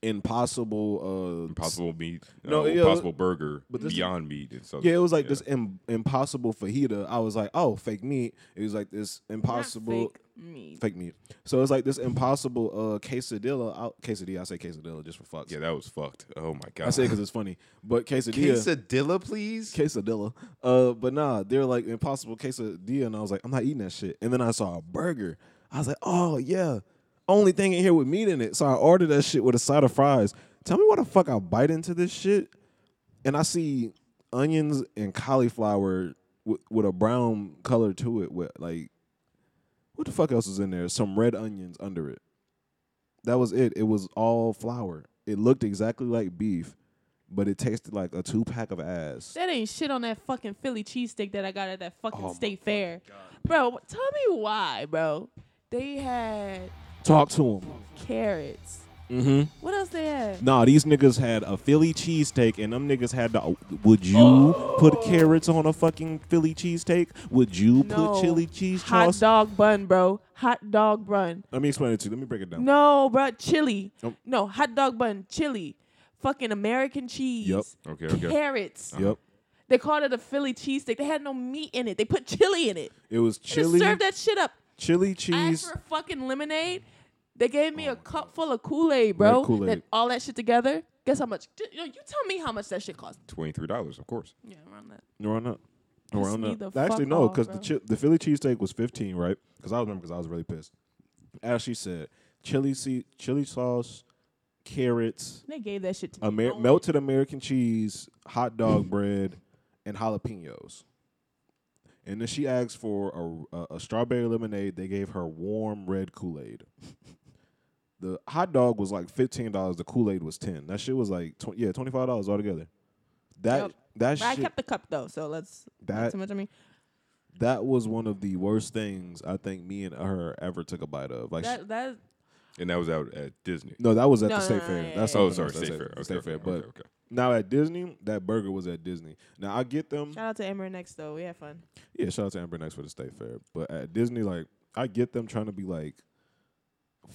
Speaker 3: impossible. Uh,
Speaker 1: Impossible meat.
Speaker 3: No,
Speaker 1: No,
Speaker 3: yeah,
Speaker 1: impossible burger.
Speaker 3: but this-
Speaker 1: beyond meat and stuff.
Speaker 3: Yeah, it was like this Im- impossible fajita. I was like, oh, fake meat. It was like this impossible
Speaker 2: Not fake meat.
Speaker 3: fake meat. So it's like this impossible uh quesadilla. I, quesadilla. I say quesadilla just for fucks.
Speaker 1: Yeah, that was fucked. Oh my god.
Speaker 3: I say because it's funny. But quesadilla,
Speaker 4: Quesadilla, please.
Speaker 3: quesadilla. Uh, but nah, they're like impossible quesadilla, and I was like, I'm not eating that shit. And then I saw a burger. I was like, oh yeah, only thing in here with meat in it. So I ordered that shit with a side of fries. Tell me why the fuck I bite into this shit, and I see onions and cauliflower with, with a brown color to it. With like, what the fuck else is in there? Some red onions under it. That was it. It was all flour. It looked exactly like beef, but it tasted like a two pack of ass.
Speaker 2: That ain't shit on that fucking Philly cheesesteak that I got at that fucking state fair. Bro, tell me why, bro. They had
Speaker 3: Talk to him.
Speaker 2: carrots.
Speaker 3: Mm-hmm.
Speaker 2: What else they had?
Speaker 3: Nah, these niggas had a Philly cheesesteak, and them niggas had the. uh, Would you
Speaker 2: Oh.
Speaker 3: put carrots on a fucking Philly cheesesteak? Would you
Speaker 2: No.
Speaker 3: put chili cheese
Speaker 2: Hot
Speaker 3: sauce?
Speaker 2: dog bun, bro. Hot dog bun.
Speaker 3: Let me explain it to you. Let me break it down.
Speaker 2: No, bro. Chili.
Speaker 3: Nope.
Speaker 2: No, hot dog bun. Chili. Fucking American cheese.
Speaker 3: Yep.
Speaker 1: Okay, okay.
Speaker 2: Carrots.
Speaker 3: Yep.
Speaker 2: They called it a Philly cheesesteak. They had no meat in it. They put chili in it.
Speaker 3: It was
Speaker 2: Chili.
Speaker 3: chili,
Speaker 2: Just serve that shit up.
Speaker 3: chili
Speaker 2: I asked
Speaker 3: cheese.
Speaker 2: for fucking lemonade. They gave me a cup full of Kool Aid, bro.
Speaker 3: Red Kool-Aid.
Speaker 2: Then all that shit together. Guess how much? J- yo, You tell me how much that shit cost.
Speaker 1: Twenty three dollars, of course.
Speaker 2: Yeah, around that.
Speaker 3: Around that. Around
Speaker 2: me
Speaker 3: that.
Speaker 2: the
Speaker 3: Actually,
Speaker 2: fuck
Speaker 3: no,
Speaker 2: off,
Speaker 3: because the
Speaker 2: bro.
Speaker 3: chi- the Philly cheesesteak was fifteen, right? Because I remember because I was really pissed. As she said, chili se- chili sauce, carrots,
Speaker 2: They gave that shit to me.
Speaker 3: Amer- melted American cheese, hot dog bread, and jalapenos. And then she asked for a, a, a strawberry lemonade. They gave her warm red Kool Aid. The hot dog was like fifteen dollars. The Kool Aid was ten. That shit was like tw- yeah twenty five dollars altogether. That
Speaker 2: Yep.
Speaker 3: that
Speaker 2: But I
Speaker 3: shit
Speaker 2: kept the cup though, so let's not
Speaker 3: that
Speaker 2: too much. I mean,
Speaker 3: that was one of the worst things I think me and her ever took a bite of. Like she-
Speaker 2: that that
Speaker 1: And that was out at Disney.
Speaker 3: no, that was at
Speaker 2: No,
Speaker 3: the
Speaker 2: no,
Speaker 3: state
Speaker 2: no,
Speaker 3: fair.
Speaker 2: yeah,
Speaker 3: That's
Speaker 2: yeah,
Speaker 1: Oh,
Speaker 3: something
Speaker 1: sorry,
Speaker 3: else. That's
Speaker 1: state
Speaker 3: at
Speaker 1: fair. Okay,
Speaker 3: state fair.
Speaker 1: okay,
Speaker 3: But
Speaker 1: okay.
Speaker 3: now at Disney, that burger was at Disney. Now I get them.
Speaker 2: shout out to Amber next though. We had fun.
Speaker 3: Yeah, shout out to Amber Next for the State Fair. But at Disney, like I get them trying to be like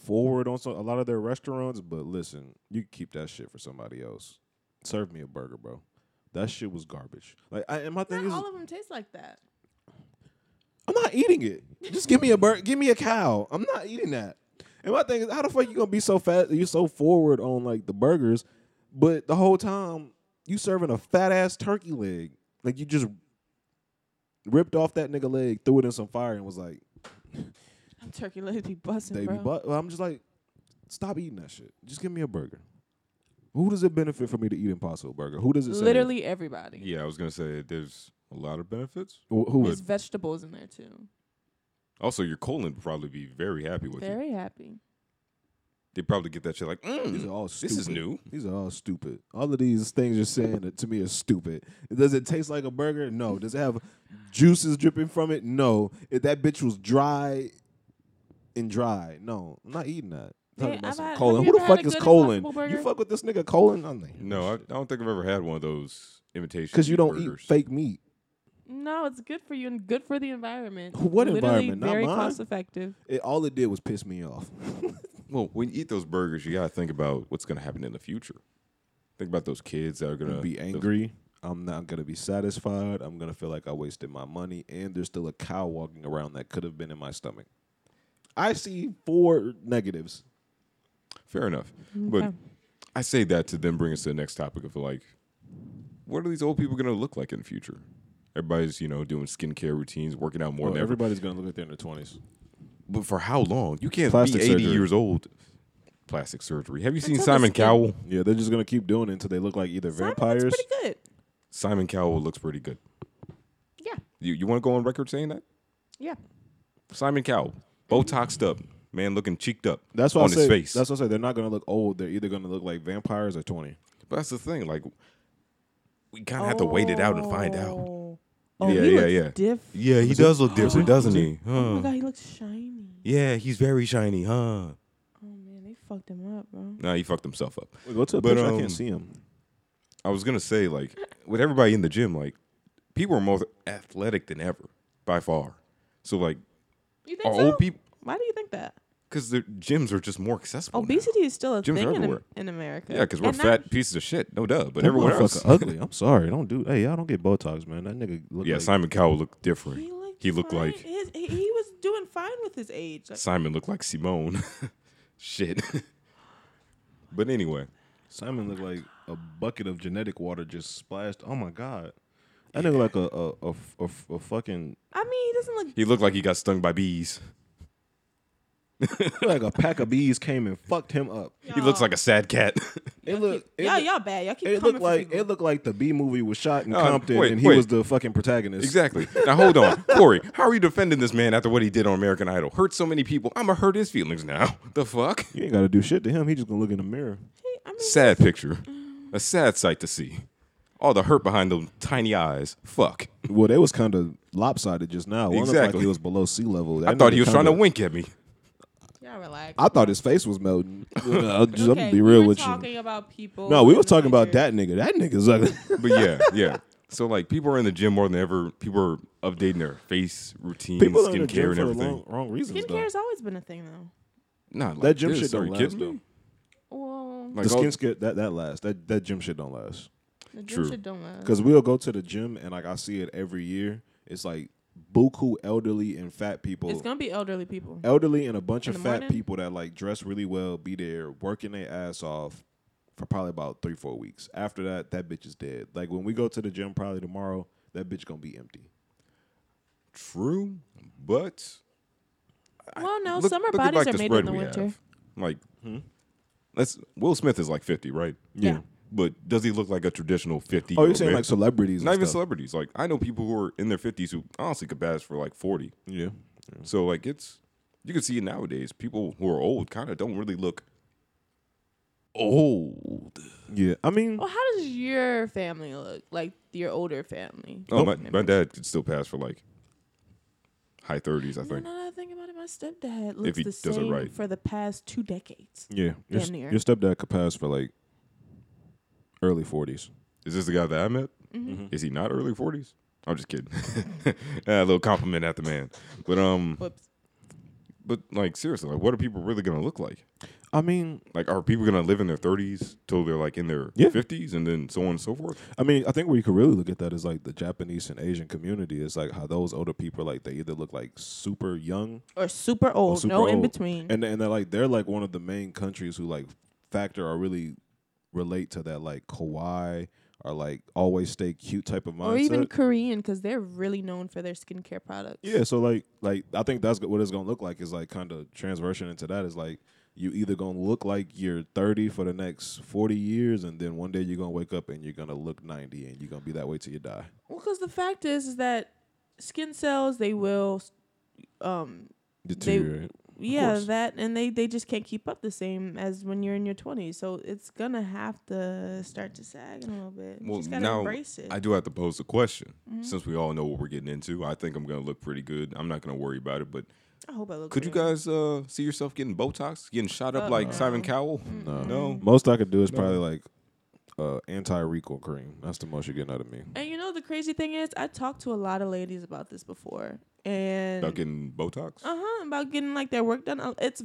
Speaker 3: forward on so, a lot of their restaurants, but listen, you can keep that shit for somebody else. Serve me a burger, bro. That shit was garbage. Like, I, and my
Speaker 2: Not
Speaker 3: thing is,
Speaker 2: all of them taste like that.
Speaker 3: I'm not eating it. Just give me a burger. Give me a cow. I'm not eating that. And my thing is, how the fuck you gonna be so fat? You so forward on like the burgers, but the whole time you serving a fat ass turkey leg. Like you just ripped off that nigga leg, threw it in some fire, and was like,
Speaker 2: I'm turkey legs be busting,
Speaker 3: they be
Speaker 2: bro.
Speaker 3: but I'm just like, stop eating that shit. Just give me a burger. Who does it benefit for me to eat Impossible Burger? Who does it save?
Speaker 2: Literally everybody.
Speaker 1: Yeah, I was gonna say there's a lot of benefits.
Speaker 3: Who, who
Speaker 2: There's
Speaker 3: would?
Speaker 2: vegetables in there too.
Speaker 1: Also, your colon would probably be very happy with you.
Speaker 2: Very happy.
Speaker 1: They probably get that shit like,
Speaker 3: These are
Speaker 1: mm,
Speaker 3: all
Speaker 1: this
Speaker 3: stupid.
Speaker 1: is new.
Speaker 3: These are all stupid. All of these things you're saying that to me are stupid. Does it taste like a burger? No. Does it have juices dripping from it? No. If that bitch was dry and dry, no. I'm not eating that. Talking
Speaker 2: Yeah,
Speaker 3: about
Speaker 2: I've
Speaker 3: some
Speaker 2: had- have
Speaker 3: colon.
Speaker 2: you
Speaker 3: Who the
Speaker 2: ever had
Speaker 3: fuck
Speaker 2: a
Speaker 3: is
Speaker 2: good
Speaker 3: colon?
Speaker 2: Impossible
Speaker 3: You
Speaker 2: Burger?
Speaker 3: fuck with this nigga colon? I'm like,
Speaker 1: No, I, I don't think I've ever had one of those imitations.
Speaker 3: because you don't
Speaker 1: burgers.
Speaker 3: eat fake meat.
Speaker 2: No, it's good for you and good for the environment.
Speaker 3: What
Speaker 2: Literally
Speaker 3: environment? Not
Speaker 2: Very
Speaker 3: mine.
Speaker 2: cost effective.
Speaker 3: It, all it did was piss me off.
Speaker 1: Well, when you eat those burgers, you gotta think about what's gonna happen in the future. Think about those kids that are gonna
Speaker 3: gonna be
Speaker 1: those-
Speaker 3: angry. I'm not gonna be satisfied. I'm gonna feel like I wasted my money, and there's still a cow walking around that could have been in my stomach. I see four negatives.
Speaker 1: Fair enough. But I say that to then bring us to the next topic of like, what are these old people going to look like in the future? Everybody's, you know, doing skincare routines, working out more than ever.
Speaker 3: everybody's gonna look like they're in their twenties.
Speaker 1: But for how long? You can't
Speaker 3: Plastic
Speaker 1: be 80
Speaker 3: surgery.
Speaker 1: years old. Plastic surgery. Have you seen
Speaker 2: Until the
Speaker 1: Simon
Speaker 2: skin-
Speaker 1: Cowell?
Speaker 3: Yeah, they're just gonna keep doing it until they look like either
Speaker 2: Simon
Speaker 3: vampires.
Speaker 2: looks pretty good.
Speaker 1: Simon Cowell looks pretty good.
Speaker 2: Yeah.
Speaker 1: You, you want to go on record saying that?
Speaker 2: Yeah.
Speaker 1: Simon Cowell, Botoxed up, man looking cheeked up
Speaker 3: That's why
Speaker 1: on
Speaker 3: I
Speaker 1: his
Speaker 3: say.
Speaker 1: face.
Speaker 3: That's why I say they're not gonna look old. They're either gonna look like vampires or twenty.
Speaker 1: but that's the thing. Like, we kind of have to wait it out and find out.
Speaker 2: Oh,
Speaker 1: Yeah,
Speaker 2: he
Speaker 1: yeah,
Speaker 2: looks
Speaker 1: yeah. Uh.
Speaker 2: Different.
Speaker 1: Yeah, he does look different, doesn't he?
Speaker 2: Oh my god, he looks shiny.
Speaker 1: Yeah, he's very shiny, huh?
Speaker 2: Oh man, they fucked him up, bro.
Speaker 1: No, he fucked himself up.
Speaker 3: go to a
Speaker 1: But,
Speaker 3: picture. I
Speaker 1: um,
Speaker 3: can't see them.
Speaker 1: I was gonna say, like, with everybody in the gym, like, people are more athletic than ever by far. So, like,
Speaker 2: You think
Speaker 1: are
Speaker 2: so?
Speaker 1: old people?
Speaker 2: Why do you think that?
Speaker 1: because the gyms are just more accessible. now.
Speaker 2: Obesity is still a
Speaker 1: Oh, Gyms are
Speaker 2: thing in, Am-
Speaker 1: everywhere.
Speaker 2: in America.
Speaker 1: Yeah, because we're
Speaker 2: Oh, And
Speaker 1: fat
Speaker 2: not-
Speaker 1: pieces of shit. No duh. But
Speaker 3: That
Speaker 1: everyone
Speaker 3: motherfucker
Speaker 1: else.
Speaker 3: ugly. I'm sorry. Don't do. Hey, y'all don't get Botox, man. That nigga look
Speaker 1: Yeah,
Speaker 3: like
Speaker 1: Simon Cowell looked different.
Speaker 2: He
Speaker 1: He looked,
Speaker 2: looked, fine.
Speaker 1: like
Speaker 2: His- he, he was doing fine with his age. Like,
Speaker 1: Simon looked like Simone. shit. but anyway,
Speaker 3: Simon looked like a bucket of genetic water just splashed. Oh my god, that nigga like a a, a, f- a f- a fucking
Speaker 2: I mean, he doesn't look.
Speaker 1: he looked like he got stung by bees.
Speaker 3: like a pack of bees came and fucked him up.
Speaker 1: He looks like a sad cat.
Speaker 3: It looked it,
Speaker 2: y'all,
Speaker 3: look-
Speaker 2: y'all bad. Y'all keep
Speaker 3: it
Speaker 2: coming
Speaker 3: looked
Speaker 2: for
Speaker 3: like
Speaker 2: people.
Speaker 3: it looked like the B movie was shot in
Speaker 1: Uh,
Speaker 3: Compton
Speaker 1: wait,
Speaker 3: and he
Speaker 1: wait.
Speaker 3: was the fucking protagonist.
Speaker 1: exactly. Now hold on, Corey. How are you defending this man after what he did on American Idol? Hurt so many people. I'ma hurt his feelings now. The fuck?
Speaker 3: You ain't gotta do shit to him. He just gonna look in the mirror.
Speaker 2: He- I mean,
Speaker 1: Sad picture. A sad sight to see. All the hurt behind those tiny eyes. Fuck.
Speaker 3: Well, they was kind of lopsided just now. One looked like
Speaker 1: Exactly.
Speaker 3: he was below sea level.
Speaker 1: I thought he was trying to wink at me.
Speaker 2: y'all relax.
Speaker 3: I thought his face was melting. I'll just- I'm
Speaker 2: Okay,
Speaker 3: gonna be
Speaker 2: we
Speaker 3: real
Speaker 2: were
Speaker 3: with you.
Speaker 2: talking about people.
Speaker 3: No, we
Speaker 2: in
Speaker 3: was
Speaker 2: the
Speaker 3: talking about
Speaker 2: future.
Speaker 3: that nigga. That nigga's ugly.
Speaker 1: But yeah, yeah. So like people are in the gym more than ever. People are updating their face routine,
Speaker 3: People are in the gym
Speaker 1: skincare, and
Speaker 3: for the
Speaker 1: everything.
Speaker 3: wrong, wrong reasons. though.
Speaker 2: Skincare has always been a thing, though.
Speaker 1: Nah, like
Speaker 3: That gym
Speaker 1: this.
Speaker 3: shit
Speaker 1: are
Speaker 3: don't
Speaker 1: you
Speaker 3: last
Speaker 1: kidding
Speaker 3: though.
Speaker 1: me?
Speaker 2: Well,
Speaker 1: Like
Speaker 3: the
Speaker 1: all-
Speaker 3: skin skit that that lasts. That that gym shit don't last.
Speaker 2: the gym
Speaker 1: true.
Speaker 2: shit don't last.
Speaker 3: Cause we'll go to the gym and like I see it every year. It's like buku elderly and fat people.
Speaker 2: It's gonna be elderly people.
Speaker 3: elderly and a bunch
Speaker 2: In
Speaker 3: of
Speaker 2: the
Speaker 3: fat
Speaker 2: morning?
Speaker 3: people that like dress really well, be there working their ass off for probably about three four weeks. After that, that bitch is dead. Like when we go to the gym probably tomorrow, that bitch gonna be empty.
Speaker 1: True, but
Speaker 2: Well, no,
Speaker 1: look-
Speaker 2: summer
Speaker 1: look at, like,
Speaker 2: bodies are
Speaker 1: the
Speaker 2: made in
Speaker 1: spread
Speaker 2: the
Speaker 1: we
Speaker 2: winter.
Speaker 1: have. Like, that's Will Smith is like fifty, right?
Speaker 2: Yeah. Yeah.
Speaker 1: But does he look like a traditional fifty?
Speaker 3: Oh, you're saying like celebrities?
Speaker 1: not
Speaker 3: and
Speaker 1: even
Speaker 3: stuff.
Speaker 1: celebrities. Like I know people who are in their fifties who honestly could pass for like forty.
Speaker 3: yeah.
Speaker 1: So like it's you can see it nowadays. People who are old kind of don't really look old.
Speaker 3: Yeah. I mean,
Speaker 2: Well, how does your family look? Like your older family?
Speaker 1: Oh, my, my dad could still pass for like high thirties, I
Speaker 2: No,
Speaker 1: think.
Speaker 2: no, no. Think about it. My stepdad looks
Speaker 1: he
Speaker 2: the
Speaker 1: does it
Speaker 2: same
Speaker 1: right.
Speaker 2: for the past two decades.
Speaker 3: yeah. Your,
Speaker 2: Damn
Speaker 3: s-
Speaker 2: near.
Speaker 3: your stepdad could pass for like early forties.
Speaker 1: Is this the guy that I met? Is he not early forties? I'm just kidding. a little compliment at the man, but um,
Speaker 2: Whoops.
Speaker 1: but like seriously, like what are people really gonna look like?
Speaker 3: I mean,
Speaker 1: Like, are people gonna live in their thirties till they're like in their
Speaker 3: Yeah.
Speaker 1: fifties, and then so on and so forth?
Speaker 3: I mean, I think where you could really look at that is like the Japanese and Asian community. It's like how those older people like they either look like super young
Speaker 2: Or super
Speaker 3: or
Speaker 2: old.
Speaker 3: super
Speaker 2: Oh, no in
Speaker 3: old.
Speaker 2: between.
Speaker 3: and and they're like they're like one of the main countries who like factor or really relate to that like kawaii or like always stay cute type of mindset.
Speaker 2: or even Korean, because they're really known for their skincare products.
Speaker 3: Yeah, so like like I think that's what it's gonna look like is like kind of transversion into that is like you either gonna look like you're 30 for the next 40 years, and then one day you're gonna wake up and you're gonna look 90, and you're gonna be that way till you die.
Speaker 2: Well, because the fact is, is that skin cells they will, um,
Speaker 3: Deteriorate.
Speaker 2: yeah,
Speaker 3: course.
Speaker 2: that and they they just can't keep up the same as when you're in your 20s. So it's gonna have to start to sag a little bit. you
Speaker 1: Well,
Speaker 2: just gotta
Speaker 1: now
Speaker 2: embrace it.
Speaker 1: I do have to pose a question since we all know what we're getting into. I think I'm gonna look pretty good. I'm not gonna worry about it, but
Speaker 2: I hope I look.
Speaker 1: could you
Speaker 2: good.
Speaker 1: guys uh, see yourself getting Botox, getting shot up
Speaker 2: Fuck
Speaker 1: like
Speaker 2: no.
Speaker 1: Simon Cowell?
Speaker 3: No.
Speaker 1: No.
Speaker 3: Most I could do is probably like uh, anti recall cream. That's the most you're getting out of me.
Speaker 2: And you know the crazy thing is, I talked to a lot of ladies about this before, and
Speaker 1: About getting Botox?
Speaker 2: Uh huh. About getting like their work done. Uh, It's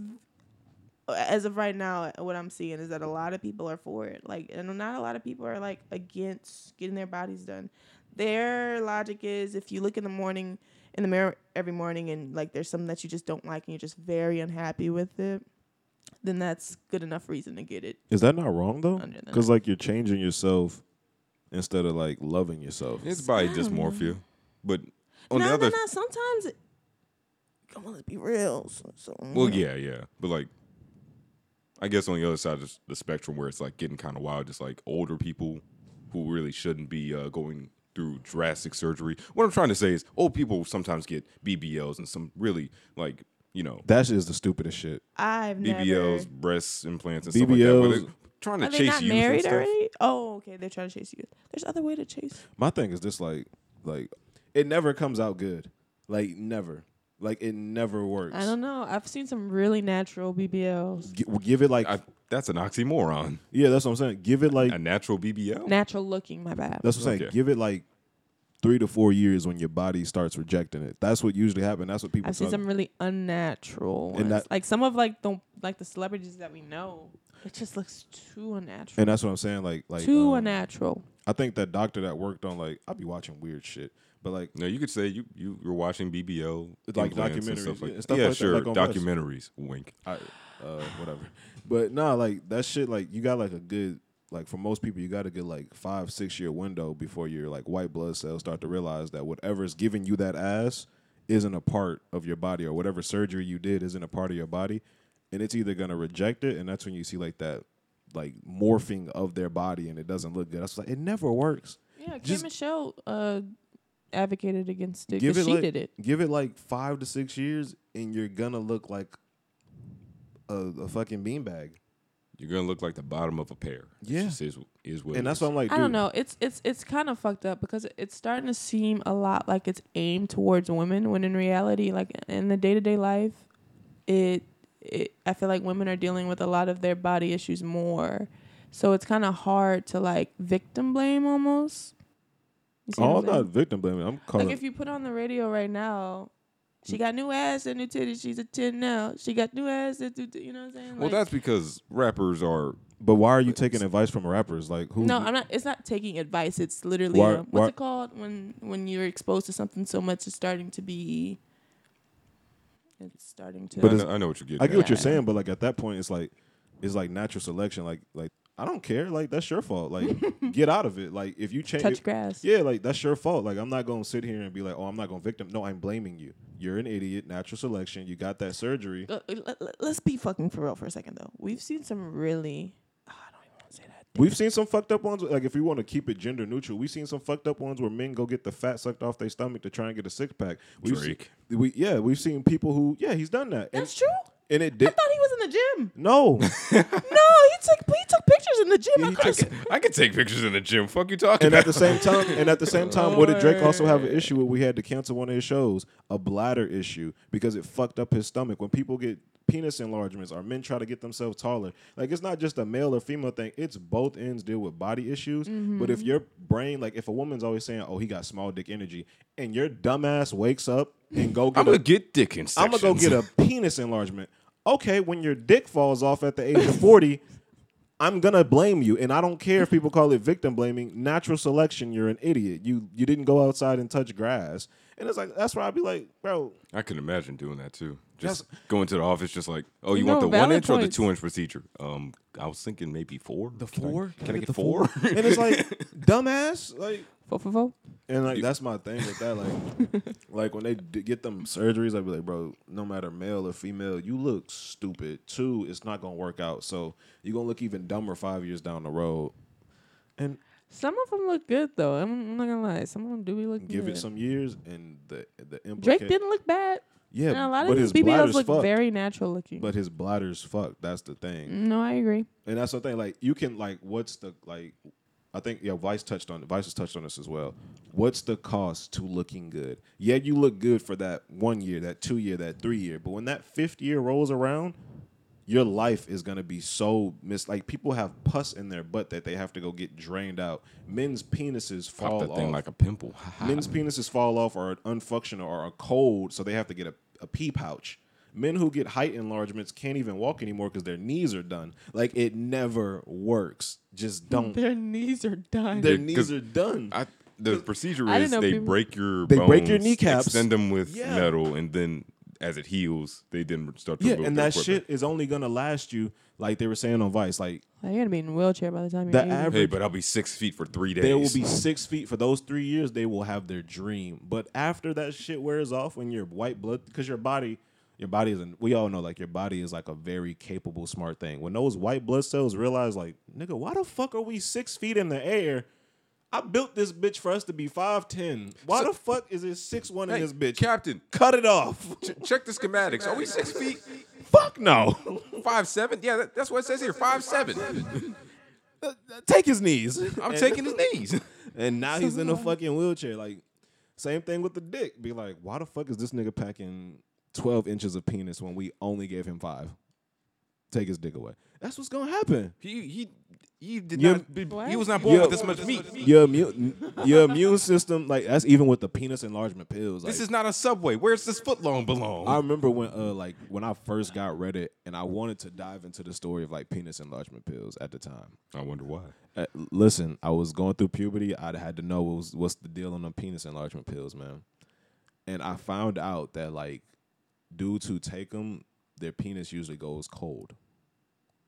Speaker 2: uh, as of right now, uh, what I'm seeing is that a lot of people are for it. Like, and not a lot of people are like against getting their bodies done. Their logic is if you look in the morning in the mirror every morning and like there's something that you just don't like and you're just very unhappy with it, then that's good enough reason to get it.
Speaker 3: Is that not wrong though?
Speaker 2: Under the
Speaker 3: Because like you're changing yourself instead of like loving yourself.
Speaker 1: It's body
Speaker 2: I don't
Speaker 1: dysmorphia, but on
Speaker 2: no,
Speaker 1: the other,
Speaker 2: no, no. Sometimes, it, come on, let's be real. So, so-
Speaker 1: well, yeah, yeah, but like, I guess on the other side of s- the spectrum where it's like getting kind of wild, just like older people who really shouldn't be uh, going through drastic surgery. What I'm trying to say is, old people sometimes get BBLs and some really like you know
Speaker 3: That shit is the stupidest shit.
Speaker 2: I've never.
Speaker 1: BBLs, breast implants, and stuff like that. where they're
Speaker 3: BBLs.
Speaker 1: Trying to
Speaker 2: Are they
Speaker 1: chase
Speaker 2: not
Speaker 1: youth and
Speaker 2: married
Speaker 1: stuff.
Speaker 2: already? Oh, okay. They're trying to chase you. There's other way to chase.
Speaker 3: My thing is this like like it never comes out good. Like never. Like it never works.
Speaker 2: I don't know. I've seen some really natural BBLs,
Speaker 3: Gi- give it like
Speaker 1: I, that's an oxymoron.
Speaker 3: yeah, that's what I'm saying. Give it like
Speaker 1: A natural BBL.
Speaker 2: natural looking. My bad.
Speaker 3: that's what I'm saying.
Speaker 1: Okay.
Speaker 3: Give it like three to four years when your body starts rejecting it. That's what usually happens. That's what people.
Speaker 2: I've seen
Speaker 3: tell-
Speaker 2: some really unnatural
Speaker 3: And
Speaker 2: ones.
Speaker 3: that-
Speaker 2: like some of like the like the celebrities that we know. It just looks too unnatural.
Speaker 3: and that's what I'm saying. Like like
Speaker 2: too
Speaker 3: um,
Speaker 2: unnatural.
Speaker 3: I think that doctor that worked on like I'll be watching weird shit, but like
Speaker 1: No, you could say you you were watching BBO,
Speaker 3: Like
Speaker 1: implants and
Speaker 3: documentaries,
Speaker 1: stuff like
Speaker 3: yeah, stuff
Speaker 1: yeah,
Speaker 3: like that,
Speaker 1: sure,
Speaker 3: like on Vice.
Speaker 1: documentaries. Wink.
Speaker 3: I, uh, whatever. But nah, like that shit. Like you got like a good like for most people, you got a good like five six year window before your like white blood cells start to realize that whatever's giving you that ass isn't a part of your body or whatever surgery you did isn't a part of your body, and it's either gonna reject it, and that's when you see like that like morphing of their body and it doesn't look good. That's like it never works.
Speaker 2: Yeah, Kim
Speaker 3: just-
Speaker 2: Michelle uh, advocated against it
Speaker 3: Give
Speaker 2: because
Speaker 3: it
Speaker 2: she
Speaker 3: like-
Speaker 2: did it.
Speaker 3: Give it like five to six years, and you're gonna look like a, a fucking beanbag.
Speaker 1: You're gonna look like the bottom of a pear. It
Speaker 3: Yeah.
Speaker 1: just is, is what.
Speaker 3: And
Speaker 1: it
Speaker 3: that's
Speaker 1: is.
Speaker 3: what I'm like.
Speaker 2: I don't
Speaker 3: dude,
Speaker 2: know. It's it's it's kind of fucked up because it's starting to seem a lot like it's aimed towards women when in reality, like in the day to day life, it it I feel like women are dealing with a lot of their body issues more. So it's kind of hard to like victim blame almost. You see what
Speaker 3: Oh,
Speaker 2: I'm
Speaker 3: I'm not
Speaker 2: saying?
Speaker 3: victim blaming. I'm calling.
Speaker 2: like if you put on the radio right now, she got new ass and new titties. She's a ten now. She got new ass and new titties. You know what I'm saying?
Speaker 1: Well,
Speaker 2: Like-
Speaker 1: that's because rappers are
Speaker 3: but why are you taking advice from rappers? Like who?
Speaker 2: No, I'm not. It's not taking advice. It's literally
Speaker 3: Mm-hmm. Why-
Speaker 2: um, what's
Speaker 3: why-
Speaker 2: it called when when you're exposed to something so much, it's starting to be. It's starting to.
Speaker 1: But
Speaker 3: But
Speaker 1: I
Speaker 3: it's-
Speaker 1: know, I know what you're getting.
Speaker 3: I get
Speaker 1: at.
Speaker 3: what you're
Speaker 2: Yeah.
Speaker 3: saying, but like at that point, it's like it's like natural selection. Like like I don't care. Like that's your fault. Like get out of it. Like if you change.
Speaker 2: touch grass.
Speaker 3: yeah, like that's your fault. Like I'm not gonna sit here and be like, oh, I'm not gonna victim. No, I'm blaming you. You're an idiot. Natural selection. You got that surgery.
Speaker 2: Uh, uh, let- let- Let's be fucking for real for a second though. We've seen some really. ah, I don't even want to say that.
Speaker 3: We've seen some fucked up ones. Like if we want to keep it gender neutral, we've seen some fucked up ones where men go get the fat sucked off their stomach to try and get a six pack. We've se-
Speaker 1: Drake.
Speaker 3: we yeah, we've seen people who yeah, he's done that. And,
Speaker 2: That's true.
Speaker 3: and it
Speaker 2: I
Speaker 3: did.
Speaker 2: thought he was in the gym.
Speaker 3: No,
Speaker 2: No, he took he took pictures in the gym.
Speaker 3: Yeah,
Speaker 2: I
Speaker 3: he
Speaker 2: thought-
Speaker 1: I can, I can take pictures in the gym. Fuck you talking
Speaker 3: and
Speaker 1: about.
Speaker 3: at the same time, and at the same time, what did Drake also have an issue with? We had to cancel one of his shows, a bladder issue, because it fucked up his stomach. When people get penis enlargements, or men try to get themselves taller, like it's not just a male or female thing. It's both ends deal with body issues. But if your brain, like if a woman's always saying, "Oh, he got small dick energy," and your dumbass wakes up and go
Speaker 1: I'm
Speaker 3: get,
Speaker 1: gonna
Speaker 3: a,
Speaker 1: get dick in
Speaker 3: I'm gonna go get
Speaker 1: sections.
Speaker 3: a penis enlargement. Okay, when your dick falls off at the age of forty. I'm gonna blame you, and I don't care if people call it victim blaming. Natural selection. You're an idiot. You you didn't go outside and touch grass, and it's like that's where I'd be like, bro,
Speaker 1: I can imagine doing that too. Just
Speaker 3: That's-
Speaker 1: going to the office, just like, oh, you,
Speaker 2: You
Speaker 1: want
Speaker 2: know,
Speaker 1: the one
Speaker 2: valid
Speaker 1: inch or the
Speaker 2: points.
Speaker 1: two inch procedure? Um, I was thinking maybe four. The
Speaker 3: four?
Speaker 1: Can I, get, the four?
Speaker 3: and it's like dumbass, like,
Speaker 2: Fo, fo, fo.
Speaker 3: and like that's my thing with that, like, like when they d- get them surgeries, I'd be like, bro, no matter male or female, you look stupid. Two, it's not gonna work out, so you're gonna look even dumber five years down the road. And
Speaker 2: Some of them look good though. I'm, I'm not gonna lie. Some of them do be looking
Speaker 3: give
Speaker 2: good.
Speaker 3: it some years, and the the implica-
Speaker 2: Drake didn't look bad.
Speaker 3: yeah,
Speaker 2: and a lot of
Speaker 3: but
Speaker 2: these
Speaker 3: his
Speaker 2: BBLs
Speaker 3: bladder's
Speaker 2: look
Speaker 3: fucked.
Speaker 2: very Mm. natural looking.
Speaker 3: But his bladder's fucked. That's the thing.
Speaker 2: no, I agree.
Speaker 3: And that's the thing. Like you can like what's the like I think yeah, Vice touched on Vice has touched on this as well. What's the cost to looking good? Yeah, you look good for that one year, that two year, that three year, but when that fifth year rolls around, your life is gonna be so mis like people have pus in their butt that they have to go get drained out. Men's penises fall
Speaker 1: Pop that
Speaker 3: off
Speaker 1: thing like a pimple.
Speaker 3: men's penises fall off or are unfunctional or are cold, so they have to get a, a pee pouch. Men who get height enlargements can't even walk anymore because their knees are done. Like it never works. Just
Speaker 1: Mm.
Speaker 3: don't.
Speaker 2: Their knees are done.
Speaker 3: Their
Speaker 1: Hmm. Yeah, 'cause
Speaker 3: knees are done.
Speaker 1: I, the procedure
Speaker 2: I didn't
Speaker 1: is
Speaker 2: know
Speaker 1: they
Speaker 2: people-
Speaker 1: break your
Speaker 3: They break your
Speaker 1: bones,
Speaker 3: kneecaps.
Speaker 1: extend them with
Speaker 3: Yeah.
Speaker 1: metal, and then as it heals, they then start to
Speaker 3: yeah,
Speaker 1: remove
Speaker 3: and
Speaker 1: their
Speaker 3: that
Speaker 1: equipment.
Speaker 3: shit is only gonna last you. Like they were saying on Vice, like
Speaker 2: Like, you're gonna be in a wheelchair by the time
Speaker 3: The
Speaker 2: you're 80.
Speaker 3: average-
Speaker 1: Hey, but I'll be six feet for three days.
Speaker 3: They will be six feet for those three years. They will have their dream, but after that shit wears off, when your white blood, because your body, your body isn't. We all know like your body is like a very capable, smart thing. When those white blood cells realize, like nigga, why the fuck are we six feet in the air? I built this bitch for us to be five ten. Why the fuck is it six one in
Speaker 1: Hey,
Speaker 3: this bitch?
Speaker 1: Captain,
Speaker 3: Cut it off.
Speaker 1: ch- check the schematics. Are we six feet?
Speaker 3: fuck no.
Speaker 1: Five seven? Yeah, that, that's what it says here. Five seven.
Speaker 3: Take his knees.
Speaker 1: I'm
Speaker 3: And-
Speaker 1: taking his knees.
Speaker 3: And now he's in a fucking wheelchair. Like, same thing with the dick. Be like, why the fuck is this nigga packing 12 inches of penis when we only gave him five? take his dick away. That's what's gonna happen.
Speaker 4: He he he did
Speaker 3: You're-
Speaker 4: not. be-
Speaker 2: What?
Speaker 4: He was not born
Speaker 3: You're-
Speaker 4: with this much meat.
Speaker 3: Your immune, your immune system, like that's even with the penis enlargement pills. Like,
Speaker 4: This is not a subway. Where's this foot long belong?
Speaker 3: I remember when, uh, like when I first got Reddit, and I wanted to dive into the story of like penis enlargement pills at the time.
Speaker 1: I wonder why.
Speaker 3: Uh, listen, I was going through puberty. I had to know what was, what's the deal on them penis enlargement pills, man. And I found out that like dudes who take them, their penis usually goes cold.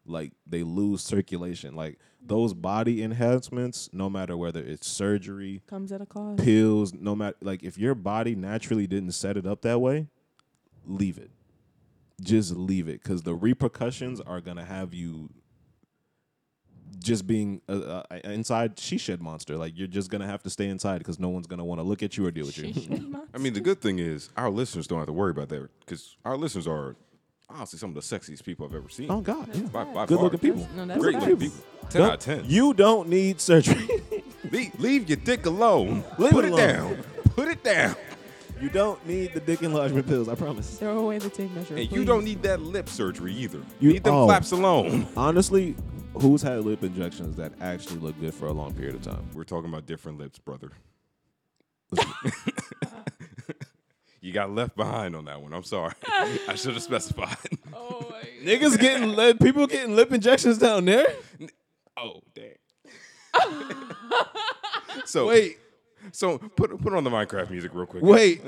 Speaker 3: Like they lose circulation. Like those body enhancements, no matter whether it's surgery,
Speaker 2: Comes at a cost.
Speaker 3: pills, no matter like if your body naturally didn't set it up that way, leave it. Just leave it because the repercussions are gonna have you just being a, a, a inside she shed monster. Like you're just gonna have to stay inside because no one's gonna want to look at you or deal with you.
Speaker 1: I mean, the good thing is our listeners don't have to worry about that because our listeners are honestly some of the sexiest people I've ever seen.
Speaker 3: oh God, yeah.
Speaker 1: By- by
Speaker 3: good
Speaker 1: far.
Speaker 3: looking people.
Speaker 2: No, that's
Speaker 1: Great
Speaker 2: facts.
Speaker 1: looking people. 10 out of 10.
Speaker 3: You don't need surgery.
Speaker 1: leave, leave your dick alone.
Speaker 3: Leave
Speaker 1: Put
Speaker 3: it
Speaker 1: it,
Speaker 3: alone.
Speaker 1: down. Put it down.
Speaker 3: you don't need the dick enlargement pills. I promise.
Speaker 2: Throw away the tape measure.
Speaker 1: And
Speaker 2: please.
Speaker 1: you don't need that lip surgery either.
Speaker 3: You-
Speaker 1: leave them
Speaker 3: oh.
Speaker 1: flaps alone.
Speaker 3: Honestly, who's had lip injections that actually look good for a long period of time?
Speaker 1: We're talking about different lips, brother. you got left behind on that one. I'm sorry. I should have specified.
Speaker 2: Oh my God.
Speaker 3: Niggas getting lip, people getting lip injections down there.
Speaker 1: Oh, dang. so
Speaker 3: Wait,
Speaker 1: So put put on the Minecraft music real quick.
Speaker 3: wait.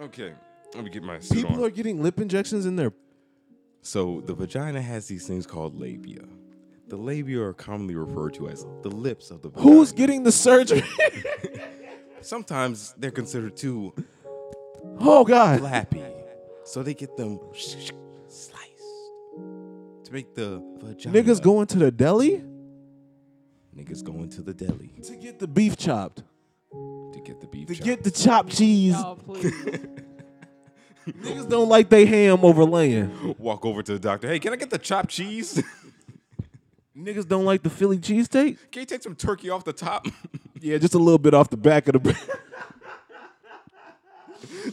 Speaker 1: Okay. Let me get my suit
Speaker 3: People
Speaker 1: on.
Speaker 3: are getting lip injections in their.
Speaker 1: So the vagina has these things called labia. The labia are commonly referred to as the lips of the vagina.
Speaker 3: Who's getting the surgery?
Speaker 1: Sometimes they're considered too
Speaker 3: oh God.
Speaker 1: flappy, so they get them sliced to make the vagina.
Speaker 3: Niggas going to the deli
Speaker 1: Niggas going to the deli
Speaker 3: to get the beef chopped,
Speaker 1: to get the beef.
Speaker 3: to
Speaker 1: chop.
Speaker 3: get the chopped cheese.
Speaker 2: Oh, please.
Speaker 3: Niggas don't like they ham over laying.
Speaker 1: walk over to the doctor. Hey, can I get the chopped cheese?
Speaker 3: Niggas don't like the Philly cheesesteak.
Speaker 1: can you take some turkey off the top?
Speaker 3: Yeah, just a little bit off the back of the,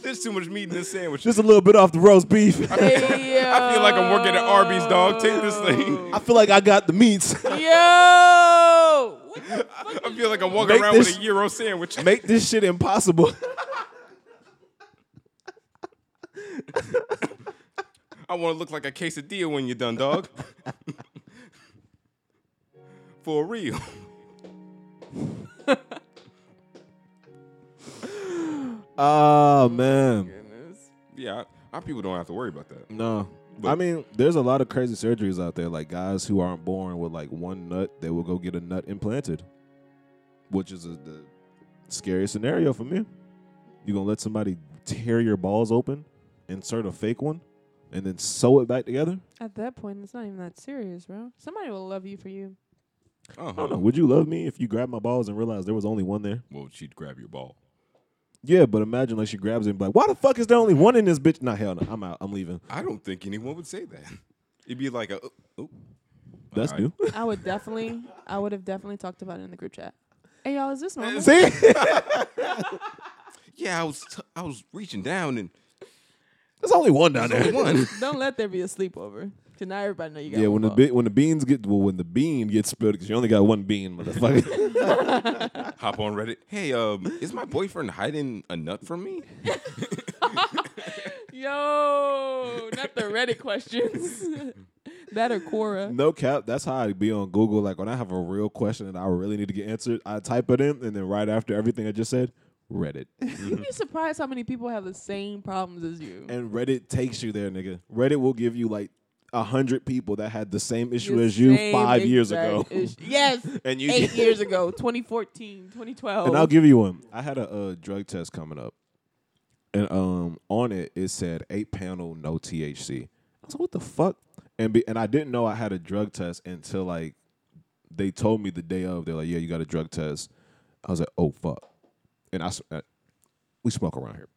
Speaker 1: There's too much meat in this sandwich.
Speaker 3: just a little bit off the roast beef.
Speaker 1: I feel like I'm working at Arby's, dog. Take this thing.
Speaker 3: I feel like I got the meats.
Speaker 2: Yo! What the
Speaker 1: I feel like I'm walking
Speaker 3: Make
Speaker 1: around
Speaker 3: this-
Speaker 1: with a gyro sandwich.
Speaker 3: Make this shit impossible.
Speaker 1: I want to look like a quesadilla when you're done, dog. For real.
Speaker 3: Ah man.
Speaker 2: goodness.
Speaker 1: Yeah, our people don't have to worry about that.
Speaker 3: No.
Speaker 1: But-
Speaker 3: I mean, there's a lot of crazy surgeries out there. Like guys who aren't born with like one nut, they will go get a nut implanted, which is a, the scariest scenario for me. You gonna let somebody tear your balls open, insert a fake one, and then sew it back together?
Speaker 2: At that point, it's not even that serious, bro. Somebody will love you for you.
Speaker 1: Uh
Speaker 3: I don't know.
Speaker 1: huh.
Speaker 3: Would you love me if you grabbed my balls and realized there was only one there?
Speaker 1: Well, she'd grab your ball.
Speaker 3: Yeah, but imagine like she grabs it and be like, "Why the fuck is there only one in this bitch?" Nah, hell no. I'm out. I'm leaving.
Speaker 1: I don't think anyone would say that. It'd be like a. Oh, oh.
Speaker 3: That's
Speaker 1: All
Speaker 3: new.
Speaker 1: right.
Speaker 2: I would definitely, I would have definitely talked about it in the group chat. Hey, y'all, is this normal?
Speaker 3: See,
Speaker 1: Yeah, I was t- I was reaching down and
Speaker 3: there's only one down there.
Speaker 1: one.
Speaker 2: Don't let there be a sleepover. Cause now everybody know you got
Speaker 3: Yeah,
Speaker 2: one
Speaker 3: when the
Speaker 2: ball.
Speaker 3: be- when the beans get well, when the bean gets spilled because you only got one bean, motherfucker.
Speaker 1: Hop on Reddit. Hey, um, is my boyfriend hiding a nut from me?
Speaker 2: Yo, not the Reddit questions. that or Quora.
Speaker 3: no cap, that's how I be on Google. Like when I have a real question that I really need to get answered, I type it in, and then right after everything I just said, Reddit.
Speaker 2: You'd be surprised how many people have the same problems as you.
Speaker 3: and Reddit takes you there, nigga. Reddit will give you like a hundred people that had the same issue
Speaker 2: The
Speaker 3: as you
Speaker 2: same
Speaker 3: five years ago,
Speaker 2: exact ish- Yes.
Speaker 3: and you
Speaker 2: Eight years ago, 2014, 2012.
Speaker 3: And I'll give you one. I had a, uh drug test coming up, and um, on it it said eight panel, no THC. I was like, what the fuck? And be, and I didn't know I had a drug test until like they told me the day of. They're like, yeah, you got a drug test. I was like, oh fuck. And I, s- uh, we smoke around here,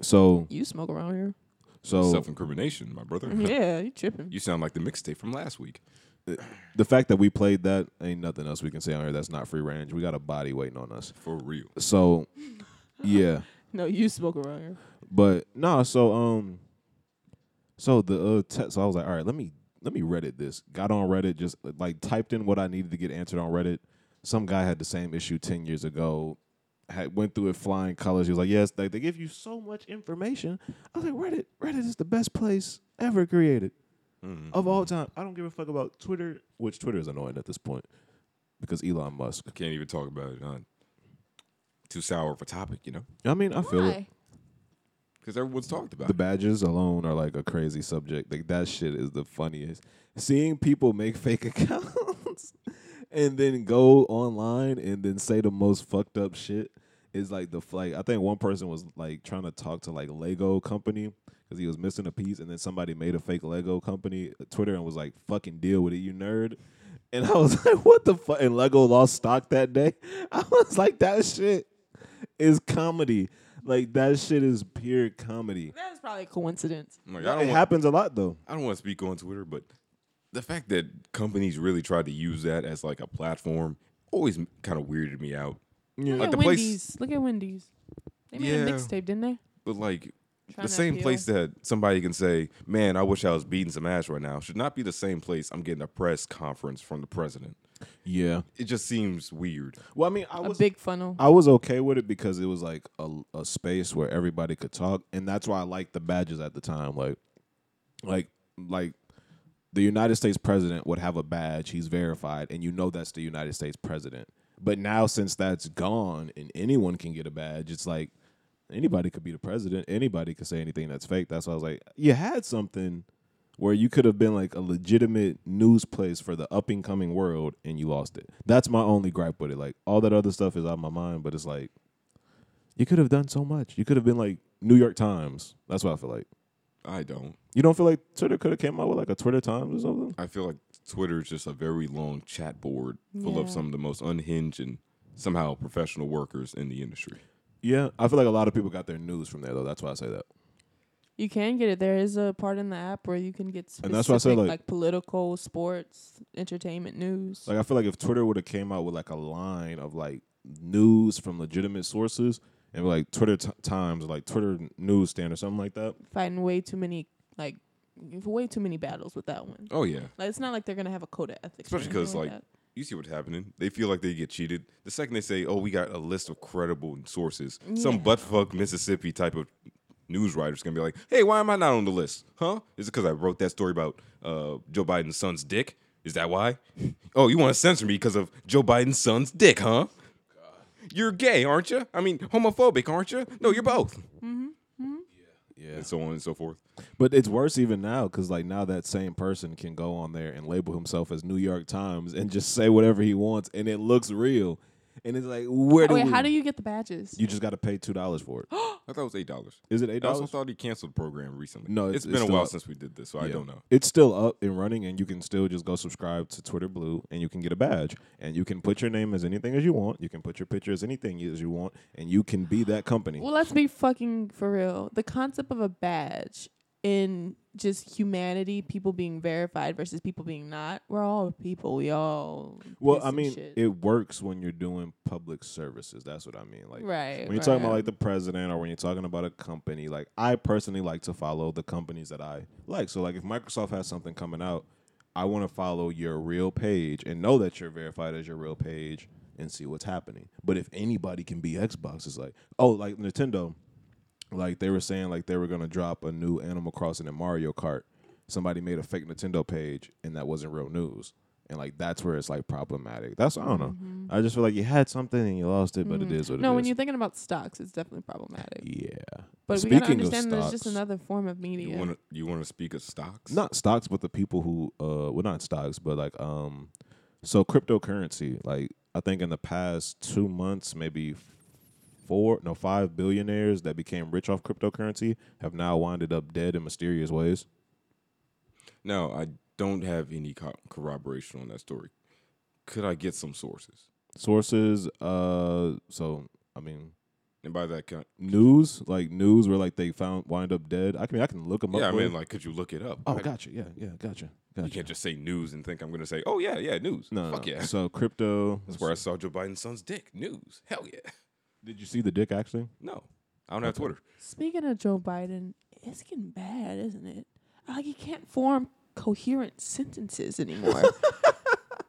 Speaker 3: so
Speaker 2: you smoke around here.
Speaker 3: so
Speaker 1: Self incrimination, my brother.
Speaker 2: Yeah, you tripping.
Speaker 1: You sound like the mixtape from last week.
Speaker 3: the fact that we played that ain't nothing else we can say on here. That's not free range. We got a body waiting on us.
Speaker 1: For real.
Speaker 3: So yeah.
Speaker 2: No, you smoke around here.
Speaker 3: But no, so um, So the uh, te- so I was like, all right, let me let me Reddit this. Got on Reddit, just like typed in what I needed to get answered on Reddit. Some guy had the same issue ten years ago. Had went through it flying colors. He was like, yes, they, they give you so much information. I was like, Reddit, Reddit is the best place ever created of all time. I don't give a fuck about Twitter, which Twitter is annoying at this point because Elon Musk.
Speaker 1: Can't even talk about it. Huh? Too sour of a topic, you know?
Speaker 3: I mean, I feel it.
Speaker 2: Why?
Speaker 1: Because everyone's talked about
Speaker 3: The
Speaker 1: it.
Speaker 3: badges alone are like a crazy subject. Like that shit is the funniest. Seeing people make fake accounts and then go online and then say the most fucked up shit is like the like I think one person was like trying to talk to like Lego company because he was missing a piece and then somebody made a fake Lego company uh, Twitter and was like fucking deal with it you nerd. And I was like, what the fuck? And Lego lost stock that day. I was like, that shit is comedy. Like, that shit is pure comedy.
Speaker 2: That is probably a coincidence.
Speaker 1: I'm like, I don't
Speaker 3: it
Speaker 1: want
Speaker 3: happens a lot though.
Speaker 1: I don't want to speak on Twitter, but the fact that companies really tried to use that as like a platform always kind of weirded me out.
Speaker 2: Look
Speaker 1: Like
Speaker 2: at
Speaker 1: the place-
Speaker 2: Wendy's. Look at Wendy's. They made a
Speaker 1: Yeah.
Speaker 2: mixtape, didn't they?
Speaker 1: But like
Speaker 2: Trying
Speaker 1: the
Speaker 2: to
Speaker 1: same
Speaker 2: appeal.
Speaker 1: place that somebody can say, "Man, I wish I was beating some ass right now," should not be the same place I'm getting a press conference from the president.
Speaker 3: Yeah.
Speaker 1: It just seems weird.
Speaker 3: Well, I mean, I
Speaker 2: A
Speaker 3: was
Speaker 2: big funnel.
Speaker 3: I was okay with it because it was like a, a space where everybody could talk, and that's why I liked the badges at the time. Like, like, like the United States president would have a badge; he's verified, and you know that's the United States president. But now, since that's gone, and anyone can get a badge, it's like anybody could be the president. Anybody could say anything that's fake. That's why I was like, you had something where you could have been like a legitimate news place for the up and coming world and you lost it. That's my only gripe with it. Like all that other stuff is out of my mind, but it's like you could have done so much. You could have been like New York Times. That's what I feel like.
Speaker 1: I don't.
Speaker 3: You don't feel like Twitter could have came out with like a Twitter Times or something?
Speaker 1: I feel like Twitter is just a very long chat board full of
Speaker 2: Yeah.
Speaker 1: some of the most unhinged and somehow professional workers in the industry.
Speaker 3: Yeah, I feel like a lot of people got their news from there though. That's why I say that.
Speaker 2: You can get it. There is a part in the app where you can get specific,
Speaker 3: And that's why I said,
Speaker 2: like,
Speaker 3: like-
Speaker 2: political, sports, entertainment news.
Speaker 3: Like I feel like if Twitter would have came out with like a line of like news from legitimate sources and like Twitter t- Times, like Twitter news stand or something like that.
Speaker 2: fighting way too many like way too many battles with that one.
Speaker 1: Oh yeah,
Speaker 2: Like it's not like they're gonna have a code of ethics, or
Speaker 1: Especially
Speaker 2: anything
Speaker 1: 'cause, like, you see what's happening. They feel like they get cheated. The second they say, "Oh, we got a list of credible sources," some buttfuck Mississippi type of news writer's gonna be like, "Hey, why am I not on the list? Huh? Is it because I wrote that story about uh, Joe Biden's son's dick? Is that why? oh, you want to censor me because of Joe Biden's son's dick, huh? You're gay, aren't you? I mean, homophobic, aren't you? No, you're both,
Speaker 3: Yeah.
Speaker 1: and so on and so forth.
Speaker 3: But it's worse even now because like now that same person can go on there and label himself as New York Times and just say whatever he wants, and it looks real. And it's like,
Speaker 2: that.
Speaker 3: where
Speaker 2: Oh,
Speaker 3: do
Speaker 2: Wait,
Speaker 3: we-
Speaker 2: how do you get the badges?
Speaker 3: You just got to pay two dollars for it.
Speaker 1: I thought it was eight dollars.
Speaker 3: Is it eight
Speaker 1: I also
Speaker 3: dollars?
Speaker 1: thought he canceled the program recently.
Speaker 3: No, it's-
Speaker 1: it's
Speaker 3: it's
Speaker 1: been a
Speaker 3: still
Speaker 1: while
Speaker 3: up.
Speaker 1: since we did this, so I don't know.
Speaker 3: It's still up and running, and you can still just go subscribe to Twitter Blue, and you can get a badge, and you can put your name as anything as you want. You can put your picture as anything as you want, and you can be that company.
Speaker 2: well, let's be fucking for real. The concept of a badge in just humanity, people being verified versus people being not. We're all people. We all.
Speaker 3: Well,
Speaker 2: do
Speaker 3: I
Speaker 2: some
Speaker 3: mean,
Speaker 2: shit.
Speaker 3: it works when you're doing public services. That's what I mean. Like,
Speaker 2: Right,
Speaker 3: when you're talking about
Speaker 2: right.
Speaker 3: like the president or when you're talking about a company, like I personally like to follow the companies that I like. So, like, if Microsoft has something coming out, I want to follow your real page and know that you're verified as your real page and see what's happening. But if anybody can be Xbox, it's like, oh, like Nintendo, like they were saying like they were gonna drop a new Animal Crossing and Mario Kart. Somebody made a fake Nintendo page and that wasn't real news. And like that's where it's like problematic. That's I don't know. I just feel like you had something and you lost it, but it is what
Speaker 2: Mm-hmm. no,
Speaker 3: it
Speaker 2: when
Speaker 3: is.
Speaker 2: you're thinking about stocks, it's definitely problematic.
Speaker 3: yeah.
Speaker 2: But we gotta understand there's just another form of
Speaker 1: You
Speaker 2: media.
Speaker 1: want to you want to speak of stocks?
Speaker 3: not stocks, but the people who uh well not stocks, but like um so cryptocurrency, like I think in the past two months, maybe four no five billionaires that became rich off cryptocurrency have now winded up dead in mysterious ways.
Speaker 1: No, I don't have any co- corroboration on that story. Could I get some sources?
Speaker 3: sources uh so i mean
Speaker 1: And by that, kind,
Speaker 3: news like news where like they found wind up dead i can I can look them
Speaker 1: yeah, I
Speaker 3: up for
Speaker 1: mean,
Speaker 3: you.
Speaker 1: like, could you look it up?
Speaker 3: oh
Speaker 1: I-
Speaker 3: gotcha yeah yeah gotcha
Speaker 1: you
Speaker 3: gotcha
Speaker 1: can't just say news and think I'm going to say, oh yeah, yeah, news.
Speaker 3: no,
Speaker 1: fuck
Speaker 3: no.
Speaker 1: yeah.
Speaker 3: so crypto
Speaker 1: That's where I saw Joe Biden's son's dick. News. Hell yeah.
Speaker 3: did you see the dick actually
Speaker 1: No, I don't have Twitter.
Speaker 2: Speaking of Joe Biden, it's getting bad, isn't it? like he can't form coherent sentences anymore.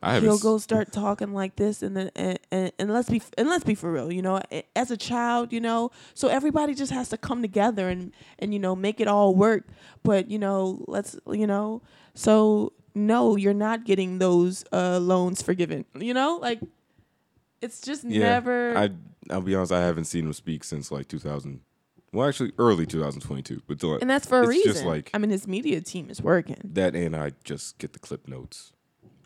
Speaker 1: I haven't.
Speaker 2: he'll
Speaker 1: s-
Speaker 2: go start talking like this and then and, and, and let's be and let's be for real you know a- as a child you know so everybody just has to come together and and you know make it all work but you know let's you know so no you're not getting those uh loans forgiven you know like it's just never
Speaker 1: I I'll be honest. I haven't seen him speak since like 2000. Well, actually, early 2022. But the-
Speaker 2: and that's for a
Speaker 1: it's
Speaker 2: reason
Speaker 1: Just like
Speaker 2: i mean his media team is working
Speaker 1: that, and I just get the clip notes.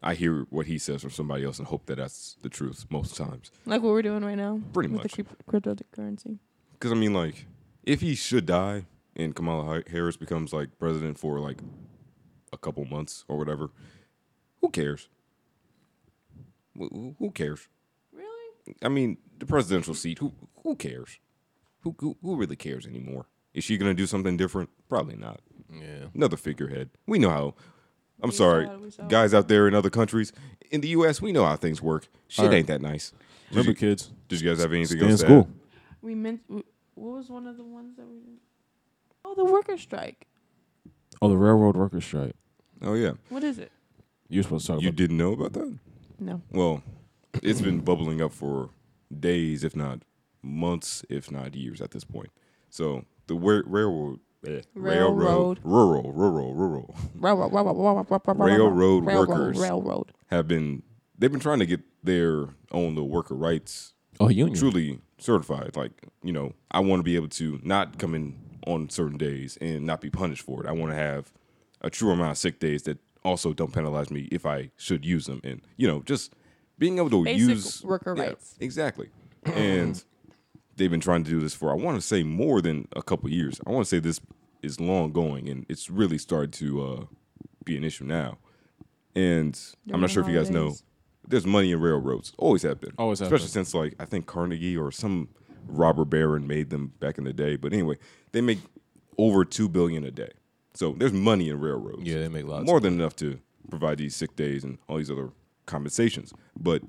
Speaker 1: I hear what he says from somebody else and hope that that's the truth most times.
Speaker 2: like what we're doing right now
Speaker 1: Pretty
Speaker 2: with
Speaker 1: much.
Speaker 2: the cryp- cryptocurrency
Speaker 1: Because I mean, like, if he should die and Kamala Hi- Harris becomes like president for like a couple months or whatever, who cares? Wh- wh- Who cares?
Speaker 2: really
Speaker 1: I mean, the presidential seat. Who who cares? Who who, who really cares anymore? Is she going to do something different? Probably not.
Speaker 4: Yeah.
Speaker 1: Another figurehead. We know how. I'm sorry,
Speaker 2: saw it, we saw it.
Speaker 1: guys out there in other countries. In the U.S., we know how things work. Shit
Speaker 3: All right.
Speaker 1: ain't that nice. Did
Speaker 3: Remember,
Speaker 1: you-
Speaker 3: kids,
Speaker 1: Did you guys have anything
Speaker 3: stay in
Speaker 1: else? to
Speaker 3: school.
Speaker 1: add?
Speaker 2: we meant w- what was one of the ones that we did oh the worker strike
Speaker 3: Oh, the railroad workers strike.
Speaker 1: Oh yeah,
Speaker 2: What is it?
Speaker 3: You're supposed to talk
Speaker 1: you
Speaker 3: about.
Speaker 1: didn't know about that.
Speaker 2: No.
Speaker 1: Well, it's been bubbling up for days, if not months, if not years at this point. So the wa- railroad, eh,
Speaker 2: Railroad.
Speaker 1: railroad, rural, rural, rural. Railroad
Speaker 2: Railroad,
Speaker 1: workers.
Speaker 2: Railroad.
Speaker 1: have been they've been trying to get their own little worker rights
Speaker 3: Oh, union.
Speaker 1: truly certified. Like, you know, I want to be able to not come in on certain days and not be punished for it. I want to have a true amount of sick days that also don't penalize me if I should use them. And, you know, just being able to
Speaker 2: Basic
Speaker 1: use
Speaker 2: worker
Speaker 1: Yeah,
Speaker 2: rights.
Speaker 1: Exactly. and they've been trying to do this for I want to say more than a couple years. I want to say this is long going and it's really started to uh, be an issue now. And I'm not sure if you guys know,
Speaker 2: holidays.
Speaker 1: there's money in railroads. Always have been.
Speaker 3: Always have
Speaker 1: especially
Speaker 3: been.
Speaker 1: since like I think Carnegie or some robber baron made them back in the day. But anyway, they make over two billion a day. So there's money in railroads.
Speaker 4: Yeah, they make lots.
Speaker 1: more than enough to provide these sick days and all these other compensations. But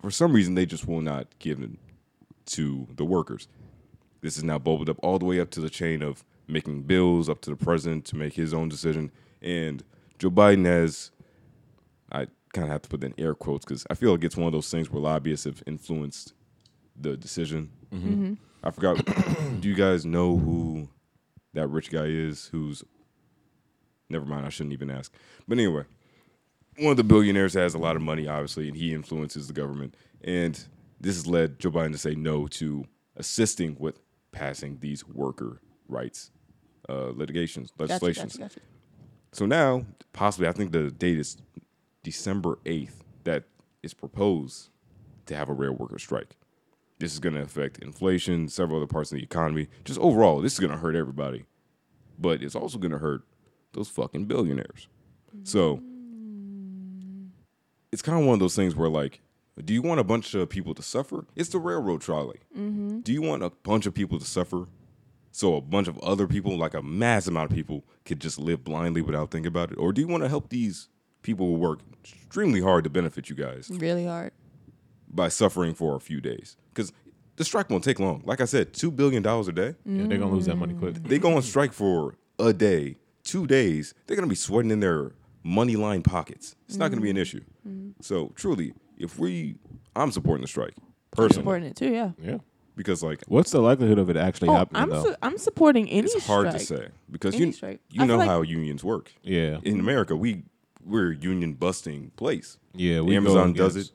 Speaker 1: for some reason, they just will not give them to the workers. This is now bubbled up all the way up to the chain of making bills up to the president to make his own decision. And Joe Biden has, I kind of have to put in air quotes because I feel like it's one of those things where lobbyists have influenced the decision.
Speaker 4: Mm-hmm.
Speaker 1: I forgot. do you guys know who that rich guy is? Who's never mind. I shouldn't even ask. But anyway, one of the billionaires has a lot of money, obviously, and he influences the government. And this has led Joe Biden to say no to assisting with passing these worker rights uh, litigations,
Speaker 2: Gotcha,
Speaker 1: legislations.
Speaker 2: gotcha, gotcha.
Speaker 1: So now, possibly, I think the date is December 8th that it's proposed to have a rail worker strike. This is going to affect inflation, several other parts of the economy. Just overall, this is going to hurt everybody. But it's also going to hurt those fucking billionaires. So it's kind of one of those things where, like, do you want a bunch of people to suffer? It's the railroad trolley. Do you want a bunch of people to suffer so a bunch of other people, like a mass amount of people, could just live blindly without thinking about it? Or do you want to help these people who work extremely hard to benefit you guys
Speaker 2: Really hard.
Speaker 1: by suffering for a few days? Because the strike won't take long. Like I said, $2 billion a day.
Speaker 4: Yeah, they're gonna lose that money quick.
Speaker 1: They go on strike for a day, two days. They're going to be sweating in their money line pockets. It's not going to be an issue. So, truly, if we, I'm supporting the strike personally
Speaker 2: Supporting it too, yeah.
Speaker 3: Yeah.
Speaker 1: because, like,
Speaker 3: Mm. What's the likelihood of it actually
Speaker 2: Oh,
Speaker 3: happening
Speaker 2: I'm
Speaker 3: though?
Speaker 2: su- I'm supporting any.
Speaker 1: it's hard to
Speaker 2: strike.
Speaker 1: say because
Speaker 2: Any
Speaker 1: you
Speaker 2: strike. I
Speaker 1: you
Speaker 2: feel
Speaker 1: know
Speaker 2: like-
Speaker 1: how unions work.
Speaker 3: yeah.
Speaker 1: in America, we we're a union busting place.
Speaker 3: Yeah, we go
Speaker 1: Amazon does it.
Speaker 3: against-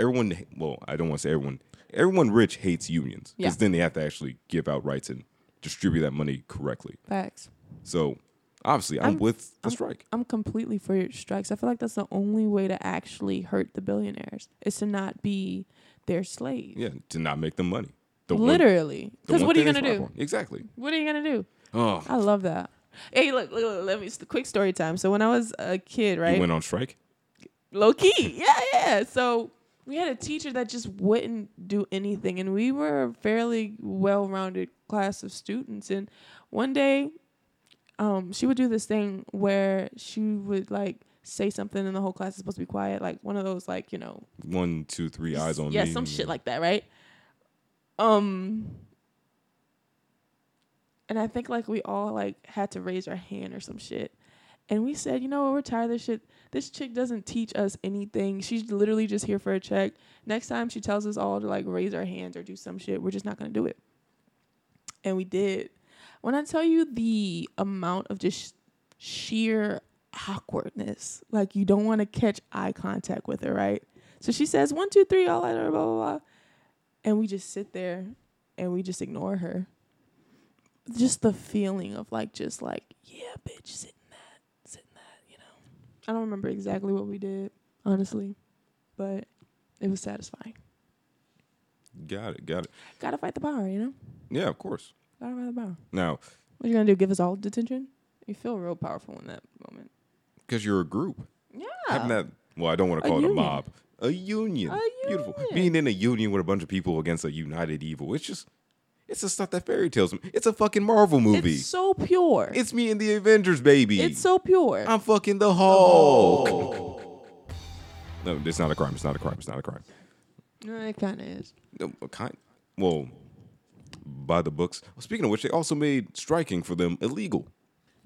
Speaker 1: Everyone, h- well, I don't want to say everyone. Everyone rich hates unions
Speaker 2: Yeah.
Speaker 1: because then they have to actually give out rights and distribute that money correctly.
Speaker 2: Facts.
Speaker 1: So obviously, I'm,
Speaker 2: I'm-
Speaker 1: with the
Speaker 2: I'm-
Speaker 1: strike.
Speaker 2: I'm completely for strikes. I feel like that's the only way to actually hurt the billionaires is to not be their slave.
Speaker 1: Yeah, to not make them money. The one-
Speaker 2: Literally.
Speaker 1: the
Speaker 2: Because
Speaker 1: one
Speaker 2: what are you
Speaker 1: thing
Speaker 2: gonna
Speaker 1: they strive
Speaker 2: do?
Speaker 1: for. Exactly.
Speaker 2: What are you gonna do?
Speaker 1: Oh,
Speaker 2: I love that. Hey, look, look, look let me. It's the quick story time. So when I was a kid, right?
Speaker 1: you went on strike.
Speaker 2: low key. Yeah, yeah. So we had a teacher that just wouldn't do anything, and we were a fairly well rounded class of students. And one day, um, she would do this thing where she would like say something, and the whole class is supposed to be quiet, like one of those like you know
Speaker 1: One, two, three eyes on
Speaker 2: yeah,
Speaker 1: me.
Speaker 2: some shit like that, right? Um and I think like we all like had to raise our hand or some shit. And we said, you know what, we're tired of this shit. This chick doesn't teach us anything. She's literally just here for a check. Next time she tells us all to like raise our hands or do some shit, we're just not gonna do it. And we did. When I tell you the amount of just sheer awkwardness, like you don't want to catch eye contact with her, right? So she says one, two, three, all at her, blah blah blah, and we just sit there and we just ignore her. Just the feeling of like, just like, yeah, bitch, sit in that, sit in that, you know. I don't remember exactly what we did, honestly, but it was satisfying.
Speaker 1: Got it. Got it.
Speaker 2: Gotta fight the power, you know.
Speaker 1: Yeah, of course.
Speaker 2: Gotta fight the power.
Speaker 1: Now,
Speaker 2: What you gonna do? Give us all detention? You feel real powerful in that moment.
Speaker 1: because you're a group,
Speaker 2: Yeah.
Speaker 1: having that. Well, I don't want
Speaker 2: A
Speaker 1: to call it
Speaker 2: union.
Speaker 1: a mob. A union.
Speaker 2: A
Speaker 1: Beautiful.
Speaker 2: union.
Speaker 1: Being in a union with a bunch of people against a united evil. It's just, it's the stuff that fairy tales. It's a fucking Marvel movie.
Speaker 2: It's so pure. It's,
Speaker 1: It's me and the Avengers, baby.
Speaker 2: so pure.
Speaker 1: I'm fucking the Hulk. No, it's not a crime. It's not a crime. It's not a crime.
Speaker 2: No, it kind of is.
Speaker 1: No, a kind. Well, by the books. Speaking of which, they also made striking for them illegal,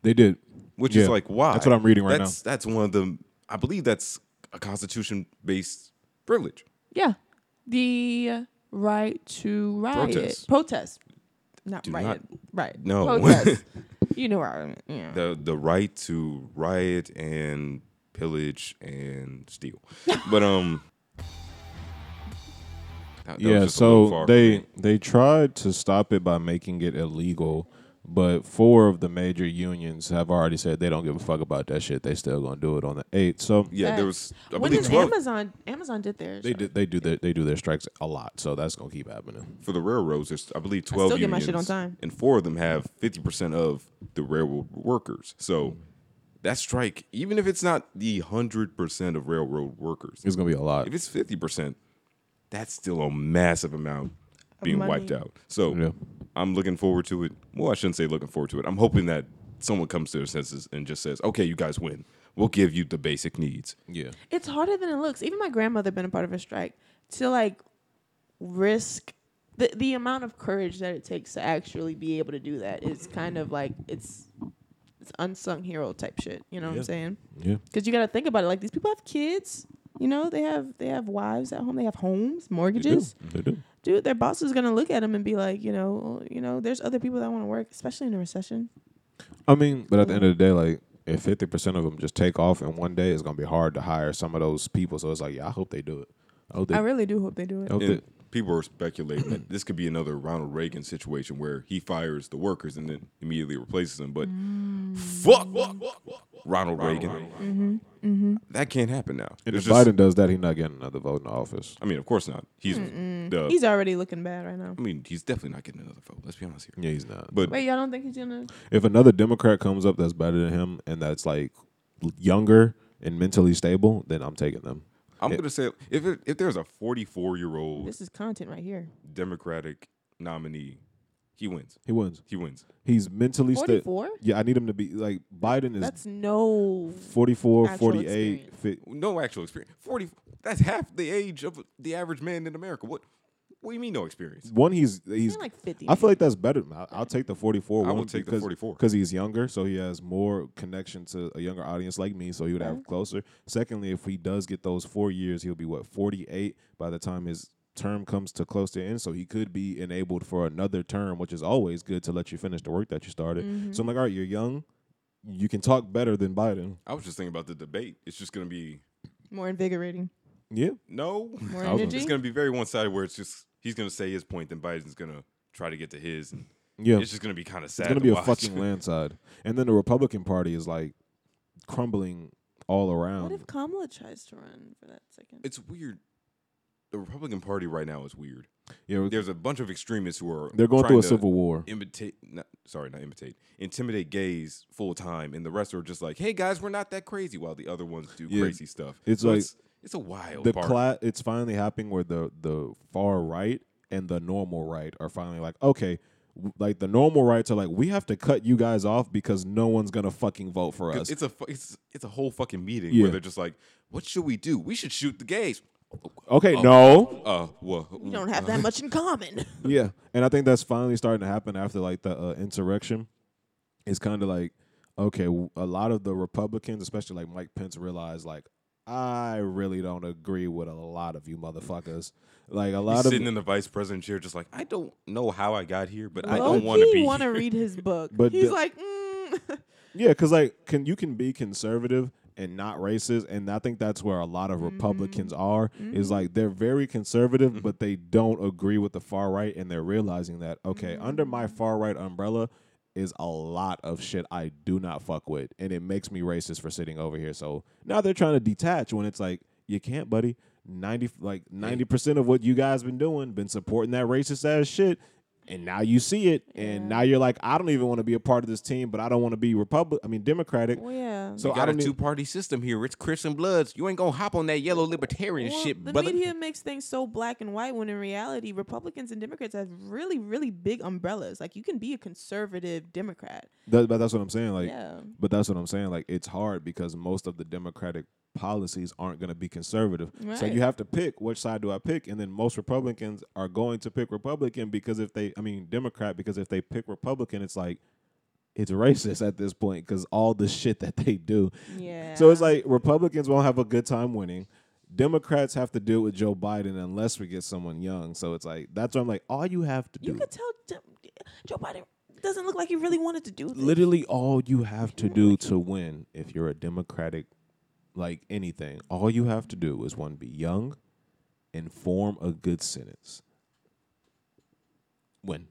Speaker 3: They did.
Speaker 1: which
Speaker 3: Yeah.
Speaker 1: is like why.
Speaker 3: That's what I'm reading right
Speaker 1: that's, now. That's one of the. I believe that's a constitution-based privilege.
Speaker 2: Yeah. The right to riot.
Speaker 1: Protest.
Speaker 2: Protest. Not
Speaker 1: Do
Speaker 2: riot.
Speaker 1: not-
Speaker 2: right.
Speaker 1: No.
Speaker 2: Protest. you know what I mean. Yeah.
Speaker 1: The the right to riot and pillage and steal, but um. that- that was
Speaker 3: yeah,
Speaker 1: just a little
Speaker 3: so
Speaker 1: far for me.
Speaker 3: they they tried to stop it by making it illegal, but four of the major unions have already said they don't give a fuck about that shit. They still gonna do it on the eighth. So
Speaker 1: yeah there
Speaker 2: Facts.
Speaker 1: was I
Speaker 2: when
Speaker 1: believe
Speaker 2: did
Speaker 1: twelve
Speaker 2: Amazon? Amazon did theirs.
Speaker 3: they did they do their, they do their strikes a lot. So that's gonna keep happening.
Speaker 1: for the railroads, there's I believe twelve
Speaker 2: still get
Speaker 1: unions,
Speaker 2: my shit on time.
Speaker 1: and four of them have fifty percent of the railroad workers. So that strike, even if it's not the hundred percent of railroad workers,
Speaker 3: It's gonna be a
Speaker 2: Uh,
Speaker 3: lot.
Speaker 1: if it's fifty percent, that's still a massive amount being
Speaker 2: money.
Speaker 1: wiped out. So
Speaker 3: Yeah.
Speaker 1: I'm looking forward to it. Well, I shouldn't say looking forward to it. I'm hoping that someone comes to their senses and just says, "Okay, you guys win. We'll give you the basic needs."
Speaker 3: Yeah,
Speaker 2: It's harder than it looks. Even my grandmother been a part of a strike to like risk the the amount of courage that it takes to actually be able to do that is kind of like it's it's unsung hero type shit. You know what I'm saying?
Speaker 3: yeah.
Speaker 2: Because you got to think about it. Like these people have kids. You know they have they have wives at home. They have homes, mortgages.
Speaker 3: They do.
Speaker 2: Dude, their boss is gonna look at them and be like, you know, "Oh, you know, there's other people that want to work, especially in a recession.
Speaker 3: I mean, but at the end of the day, like if fifty percent of them just take off in one day, it's gonna be hard to hire some of those people. So it's like, yeah, I hope they do it. I hope they.
Speaker 2: I really do hope they do it.
Speaker 3: I hope
Speaker 1: And
Speaker 3: they
Speaker 1: people are speculating that this could be another Ronald Reagan situation where he fires the workers and then immediately replaces them. But fuck, Ronald Reagan.
Speaker 2: Mm-hmm.
Speaker 1: That can't happen now.
Speaker 3: and
Speaker 1: There's
Speaker 3: if
Speaker 1: just-
Speaker 3: Biden does that, he's not getting another vote in the office.
Speaker 1: I mean, of course not. He's the.
Speaker 2: He's already looking bad right now.
Speaker 1: I mean, he's definitely not getting another vote. Let's be honest here.
Speaker 3: Yeah, he's not.
Speaker 1: But
Speaker 2: Wait, y'all don't think he's gonna?
Speaker 3: if another Democrat comes up that's better than him and that's like younger and mentally stable, then I'm taking them.
Speaker 1: I'm gonna say if it, if there's a 44 year old
Speaker 2: This is content right here.
Speaker 1: Democratic nominee, he wins.
Speaker 3: He wins.
Speaker 1: He wins.
Speaker 3: He's mentally stable.
Speaker 2: 44?
Speaker 3: Yeah, I need him to be like Biden is
Speaker 2: That's no.
Speaker 3: 44,
Speaker 2: actual
Speaker 3: 48.
Speaker 2: experience.
Speaker 3: Fit.
Speaker 1: No actual experience. 40. That's half the age of the average man in America. What? What do you mean no experience?
Speaker 3: One, he's he's.
Speaker 2: like 50.
Speaker 3: I feel like that's better. I, I'll take the
Speaker 1: I
Speaker 3: 44. one
Speaker 1: will take the 44.
Speaker 3: because he's younger, so he has more connection to a younger audience like me, so he would have closer. Secondly, if he does get those four years, he'll be what 48 by the time his term comes to close to end, so he could be enabled for another term, which is always good to let you finish the work that you started.
Speaker 2: Mm-hmm.
Speaker 3: So I'm like, all right, you're young, you can talk better than Biden.
Speaker 1: I was just thinking about the debate. It's just gonna be
Speaker 2: More invigorating.
Speaker 3: Yeah,
Speaker 1: No.
Speaker 2: More
Speaker 3: I was-
Speaker 2: energy.
Speaker 1: It's going to be very one sided where it's just he's going to say his point, then Biden's going to try to get to his. And
Speaker 3: yeah.
Speaker 1: It's just going to be kind of sad.
Speaker 3: It's gonna
Speaker 1: to
Speaker 3: be
Speaker 1: watch.
Speaker 3: a fucking landslide, and then the Republican Party is like crumbling all
Speaker 2: What
Speaker 3: around.
Speaker 2: if Kamala tries to run for that second?
Speaker 1: It's weird. The Republican Party right now is weird.
Speaker 3: yeah, we're-
Speaker 1: There's a bunch of extremists who are
Speaker 3: they're going
Speaker 1: trying
Speaker 3: through a
Speaker 1: to
Speaker 3: civil war.
Speaker 1: Imitate, not, sorry, not imitate, intimidate gays full time, and the rest are just like, "Hey guys, we're not that crazy," while the other ones do
Speaker 3: Yeah.
Speaker 1: crazy stuff.
Speaker 3: It's like-
Speaker 1: it's, it's a wild
Speaker 3: the
Speaker 1: party.
Speaker 3: cla- it's finally happening where the the far right and the normal right are finally like okay w- like the normal rights are like we have to cut you guys off because no one's gonna fucking vote for us
Speaker 1: it's a fu- it's it's a whole fucking meeting
Speaker 3: Yeah.
Speaker 1: where they're just like, "What should we do? We should shoot the gays."
Speaker 3: okay no
Speaker 1: Uh, wha-
Speaker 2: We don't have that much in common.
Speaker 3: yeah and i think that's finally starting to happen after like the uh, insurrection it's kind of like okay, w- a lot of the Republicans, especially like Mike Pence, realize like I really don't agree with a lot of you motherfuckers. Like a lot
Speaker 1: He's
Speaker 3: of
Speaker 1: sitting in the vice president chair, just like I don't know how I got here, but I
Speaker 2: Low
Speaker 1: don't want to
Speaker 2: key
Speaker 1: be.
Speaker 2: wanna
Speaker 1: here."
Speaker 2: read his book.
Speaker 3: But
Speaker 2: He's
Speaker 3: the-
Speaker 2: like, mm.
Speaker 3: Yeah, because like, can you can be conservative and not racist, and I think that's where a lot of Republicans are. Is like they're very conservative, but they don't agree with the far right, and they're realizing that okay, under my far right umbrella is a lot of shit I do not fuck with, and it makes me racist for sitting over here. So now they're trying to detach when it's like you can't, buddy. Ninety like ninety percent of what you guys been doing, been supporting that racist ass shit, and now you see it, and
Speaker 2: Yeah.
Speaker 3: now you're like, I don't even want to be a part of this team, but I don't want to be Republic. I mean, Democratic.
Speaker 2: well, yeah.
Speaker 3: So
Speaker 4: We
Speaker 3: I
Speaker 4: got a
Speaker 3: don't. e-
Speaker 4: two party system here. It's Christian Bloods. You ain't gonna hop on that yellow libertarian
Speaker 2: Well,
Speaker 4: shit,
Speaker 2: the
Speaker 4: brother.
Speaker 2: media makes things so black and white when in reality, Republicans and Democrats have really, really big umbrellas. Like you can be a conservative Democrat.
Speaker 3: that- but that's what I'm saying. Like,
Speaker 2: yeah.
Speaker 3: but that's what I'm saying. Like, it's hard because most of the Democratic policies aren't going to be conservative. So
Speaker 2: Right.
Speaker 3: you have to pick which side do I pick, and then most Republicans are going to pick Republican because if they, I mean, Democrat because if they pick Republican, it's like it's racist at this point because all the shit that they do.
Speaker 2: Yeah.
Speaker 3: So it's like Republicans won't have a good time winning. Democrats have to deal with Joe Biden unless we get someone young. So it's like that's what I'm like. All you have to
Speaker 2: you
Speaker 3: do,
Speaker 2: could tell Dem- Joe Biden doesn't look like he really wanted to do this.
Speaker 3: literally all you have to do to win, if you're a Democratic, like anything, all you have to do is one be young, and form a good sentence. Win.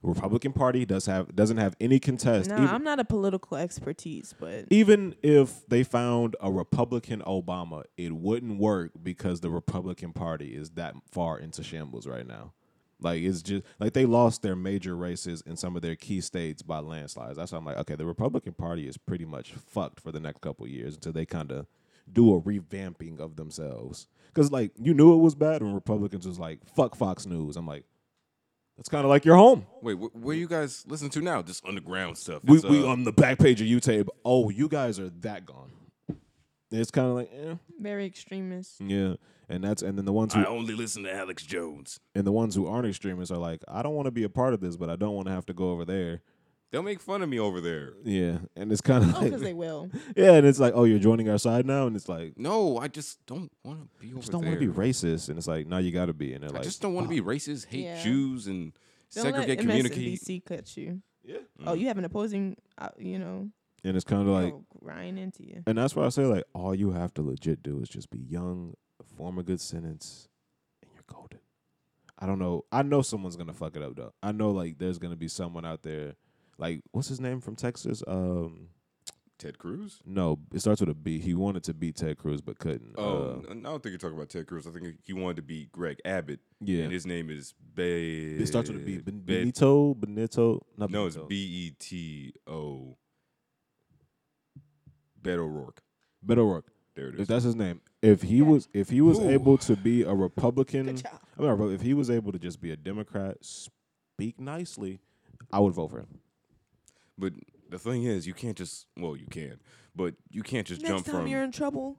Speaker 3: Republican Party does have doesn't have any contest.
Speaker 2: No,
Speaker 3: even- E
Speaker 2: I'm not a political expertise, but
Speaker 3: even if they found a Republican Obama, it wouldn't work because the Republican Party is that far into shambles right now. Like it's just like they lost their major races in some of their key states by landslides. That's why I'm like, okay, the Republican Party is pretty much fucked for the next couple years until they kind of do a revamping of themselves. Cause like you knew it was bad when Republicans was like, fuck Fox News. I'm like, that's kind of like your home.
Speaker 4: Wait, wh- where you guys listen to now? Just underground stuff.
Speaker 3: we,
Speaker 4: It's,
Speaker 3: we
Speaker 4: uh,
Speaker 3: on the back page of YouTube. Oh, you guys are that gone. It's kind of like eh,
Speaker 2: very extremist.
Speaker 3: yeah, and that's and then the ones who
Speaker 4: I only listen to Alex Jones.
Speaker 3: and the ones who aren't extremists are like, I don't want to be a part of this, but I don't want to have to go over there.
Speaker 1: They'll make fun of me over there.
Speaker 3: Yeah, and it's kind of
Speaker 2: Oh,
Speaker 3: like,
Speaker 2: because they will.
Speaker 3: yeah, and it's like, oh, you're joining our side now, and it's like,
Speaker 4: No, I just don't want to be over
Speaker 3: just don't
Speaker 4: there.
Speaker 3: want to be racist, and it's like, now you got to be, and they're
Speaker 4: I
Speaker 3: like,
Speaker 4: just don't want to be racist, hate
Speaker 2: Yeah.
Speaker 4: Jews, and
Speaker 2: Don't
Speaker 4: segregate
Speaker 2: let
Speaker 4: community.
Speaker 2: MSNBC cut you.
Speaker 3: yeah,
Speaker 2: Oh, you have an opposing, uh, you know,
Speaker 3: and it's kind of like,
Speaker 2: they'll grind into you.
Speaker 3: and that's why I say like, all you have to legit do is just be young, form a good sentence, and you're golden. I don't know. I know someone's gonna fuck it up though. I know like there's gonna be someone out there, like what's his name from Texas? Um,
Speaker 1: Ted Cruz?
Speaker 3: no, it starts with a B. He wanted to beat Ted Cruz but couldn't.
Speaker 1: Oh,
Speaker 3: Uh,
Speaker 1: n- I don't think you're talking about Ted Cruz. I think he wanted to be Greg Abbott.
Speaker 3: Yeah.
Speaker 1: and his name is Be.
Speaker 3: it starts with a B. E Ben-
Speaker 1: Be-
Speaker 3: Benito, Benito. Not
Speaker 1: No, it's
Speaker 3: Benito.
Speaker 1: B E T O. Bet O'Rourke.
Speaker 3: Ben O'Rourke.
Speaker 1: There it
Speaker 3: If
Speaker 1: is.
Speaker 3: that's his name, if he was, if he was
Speaker 4: Ooh.
Speaker 3: able to be a Republican,
Speaker 2: Good job.
Speaker 3: I mean, bro, if he was able to just be a Democrat, speak nicely, I would vote for him.
Speaker 1: But the thing is, you can't just. Well, you can, but you can't just
Speaker 2: Next
Speaker 1: jump
Speaker 2: time
Speaker 1: from.
Speaker 2: you're in trouble,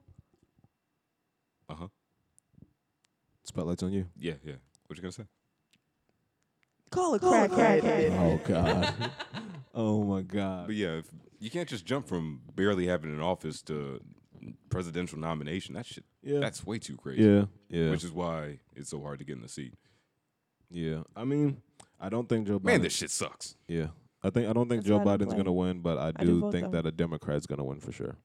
Speaker 1: uh huh.
Speaker 3: Spotlight's on you.
Speaker 1: Yeah, yeah. What you gonna say?
Speaker 2: call a crack crackhead.
Speaker 3: Oh God. oh my God.
Speaker 1: But yeah, if, you can't just jump from barely having an office to presidential nomination. That shit.
Speaker 3: Yeah.
Speaker 1: That's way too crazy.
Speaker 3: Yeah. Yeah.
Speaker 1: Which is why it's so hard to get in the seat.
Speaker 3: yeah. I mean, I don't think Joe Biden.
Speaker 1: Man, this shit sucks.
Speaker 3: yeah. I think I don't think
Speaker 2: That's
Speaker 3: Joe
Speaker 2: why I don't
Speaker 3: Biden's
Speaker 2: play.
Speaker 3: gonna win, but I
Speaker 2: do
Speaker 3: do
Speaker 2: vote,
Speaker 3: think
Speaker 2: though.
Speaker 3: that a Democrat's gonna win for sure.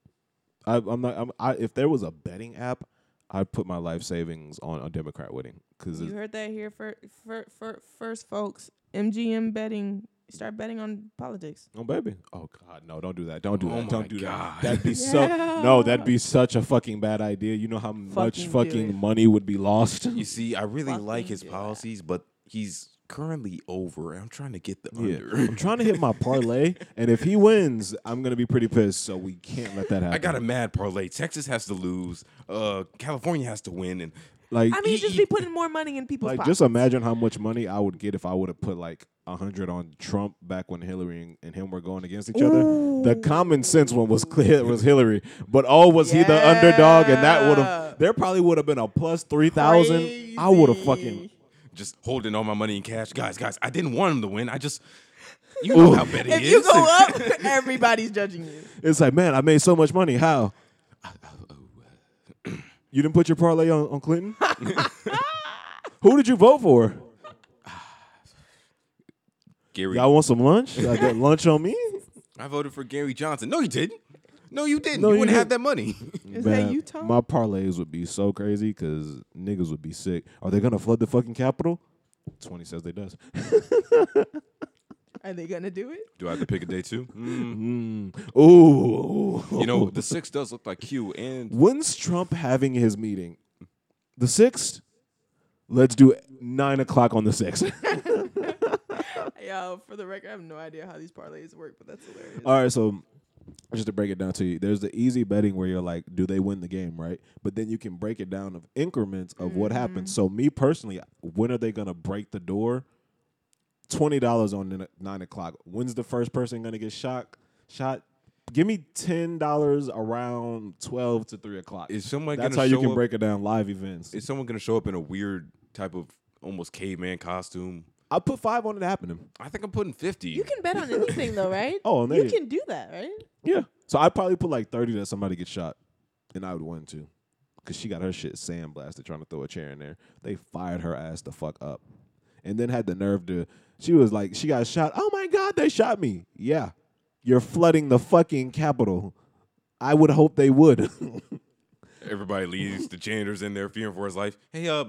Speaker 3: I, I'm not. I'm, I if there was a betting app, I'd put my life savings on a Democrat winning because
Speaker 2: You heard that here for, for, for first, folks. MGM betting. Start betting on politics.
Speaker 3: Oh baby. Oh God, no! Don't do that. Don't do
Speaker 4: Oh,
Speaker 3: that. Don't
Speaker 4: my
Speaker 3: do that.
Speaker 4: God.
Speaker 3: That'd be so. No, that'd be such a fucking bad idea. You know how much
Speaker 2: Fucking do
Speaker 3: fucking
Speaker 2: it.
Speaker 3: money would be lost.
Speaker 4: You see, I really like
Speaker 2: Fucking
Speaker 4: his
Speaker 2: do that.
Speaker 4: policies, but he's currently over. I'm trying to get the
Speaker 3: Yeah.
Speaker 4: under.
Speaker 3: I'm trying to hit my parlay, and if he wins, I'm gonna be pretty pissed. So we can't let that happen.
Speaker 4: I got a mad parlay. Texas has to lose. Uh, California has to win, and
Speaker 3: like,
Speaker 2: I mean,
Speaker 4: Eat-
Speaker 2: just be putting more money in people's
Speaker 3: like
Speaker 2: pockets.
Speaker 3: just imagine how much money I would get if I would have put like a hundred on Trump back when Hillary and, and him were going against each other. The common sense one was clear it was Hillary, but oh, was he the underdog? And that would
Speaker 2: Yeah.
Speaker 3: have there probably would have been a plus three thousand. I would have fucking.
Speaker 4: just holding all my money in cash. Guys, guys, I didn't want him to win. I just You know how bad he
Speaker 2: If
Speaker 4: is.
Speaker 2: you go up, everybody's judging you.
Speaker 3: It's like, man, I made so much money. How? you didn't put your parlay on, on Clinton? Who did you vote for?
Speaker 4: Gary,
Speaker 3: Y'all want some lunch? Y'all got lunch on me?
Speaker 4: I voted for Gary Johnson. No, you didn't. No, you didn't.
Speaker 3: No,
Speaker 4: you,
Speaker 3: you
Speaker 4: wouldn't have that
Speaker 3: didn't.
Speaker 4: money.
Speaker 2: Is that
Speaker 3: Man,
Speaker 2: you, Tom?
Speaker 3: My parlays would be so crazy because niggas would be sick. Are they gonna flood the fucking Capitol? Twenty says they does.
Speaker 2: Are they gonna do it?
Speaker 4: Do I have to pick a day too?
Speaker 3: Ooh,
Speaker 4: You know, the six does look like Q, and
Speaker 3: when's Trump having his meeting? The sixth. Let's do nine o'clock on the sixth.
Speaker 2: Yo, for the record, I have no idea how these parlays work, but that's hilarious.
Speaker 3: All right, so just to break it down to you, there's the easy betting where you're like, do they win the game, right? But then you can break it down of increments of what happens. So me personally, when are they gonna break the door? Twenty dollars on the n- nine o'clock. When's the first person gonna get shot? Shot. Give me ten dollars around twelve to three o'clock.
Speaker 4: is someone
Speaker 3: That's how
Speaker 4: gonna
Speaker 3: you
Speaker 4: show
Speaker 3: can
Speaker 4: up?
Speaker 3: break it down. Live events.
Speaker 4: Is someone gonna show up in a weird type of almost caveman costume?
Speaker 3: I put five on it happening.
Speaker 4: I think I'm putting fifty.
Speaker 2: You can bet on anything though, right?
Speaker 3: Oh, and
Speaker 2: you
Speaker 3: they-
Speaker 2: can do that, right?
Speaker 3: Yeah. So I probably put like thirty that somebody gets shot, and I would win too, because she got her shit sandblasted trying to throw a chair in there. They fired her ass the fuck up, and then had the nerve to. She was like, she got shot. Oh my god, they shot me. Yeah, you're flooding the fucking Capitol. I would hope they would.
Speaker 4: Everybody leaves. The janitor's in there fearing for his life. Hey, uh,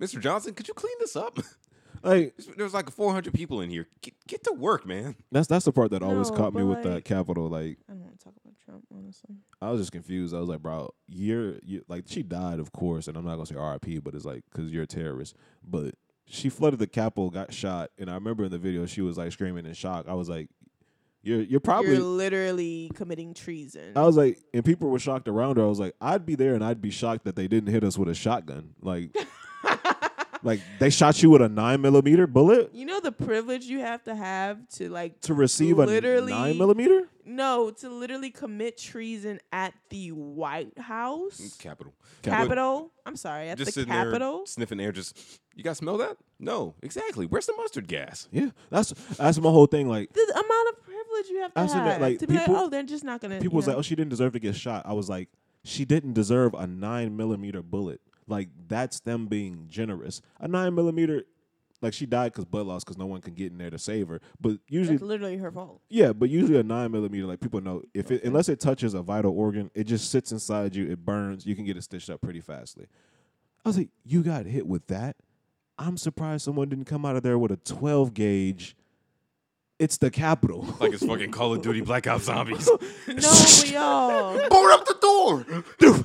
Speaker 4: Mr. Johnson, could you clean this up?
Speaker 3: like
Speaker 4: There's like 400 people in here. Get, get to work, man.
Speaker 3: that's that's the part that always
Speaker 2: No,
Speaker 3: caught me
Speaker 2: but
Speaker 3: with the
Speaker 2: like-
Speaker 3: Capitol. Like
Speaker 2: I don't want to talk about Trump, honestly.
Speaker 3: I was just confused. I was like, bro, you're, you like she died, of course, and I'm not gonna say R.I.P., but it's like because you're a terrorist. But she flooded the Capitol, got shot, and I remember in the video she was like screaming in shock. I was like, you're you're probably.
Speaker 2: You're literally committing treason.
Speaker 3: I was like, and people were shocked around her. I was like, I'd be there and I'd be shocked that they didn't hit us with a shotgun. Like, like they shot you with a nine millimeter bullet
Speaker 2: you know the privilege you have to have to like
Speaker 3: to receive
Speaker 2: Literally-
Speaker 3: a nine millimeter.
Speaker 2: no to literally commit treason at the White House
Speaker 4: Capital.
Speaker 2: Capitol. I'm sorry, at
Speaker 4: Just
Speaker 2: the
Speaker 4: sitting there
Speaker 2: Capitol.
Speaker 4: sniffing air. Just you guys smell that? No, exactly. Where's the mustard gas?
Speaker 3: Yeah, that's that's my whole thing. Like,
Speaker 2: The amount of privilege you have to
Speaker 3: I've seen that,
Speaker 2: have
Speaker 3: like,
Speaker 2: to be
Speaker 3: people-
Speaker 2: like, oh, they're just not gonna.
Speaker 3: people
Speaker 2: you
Speaker 3: was like,
Speaker 2: know.
Speaker 3: "Oh, she didn't deserve to get shot." I was like, "She didn't deserve a nine millimeter bullet. Like that's them being generous. A nine millimeter, like she died because blood loss because no one can get in there to save her. But usually,
Speaker 2: that's literally her fault.
Speaker 3: yeah, but usually a nine millimeter, like people know if it unless it touches a vital organ, it just sits inside you. It burns. You can get it stitched up pretty fastly. I was like, "You got hit with that." I'm surprised someone didn't come out of there with a 12 gauge. It's the capital.
Speaker 4: Like it's fucking Call of Duty Black Ops Zombies.
Speaker 2: No, but y'all.
Speaker 4: Board up the door.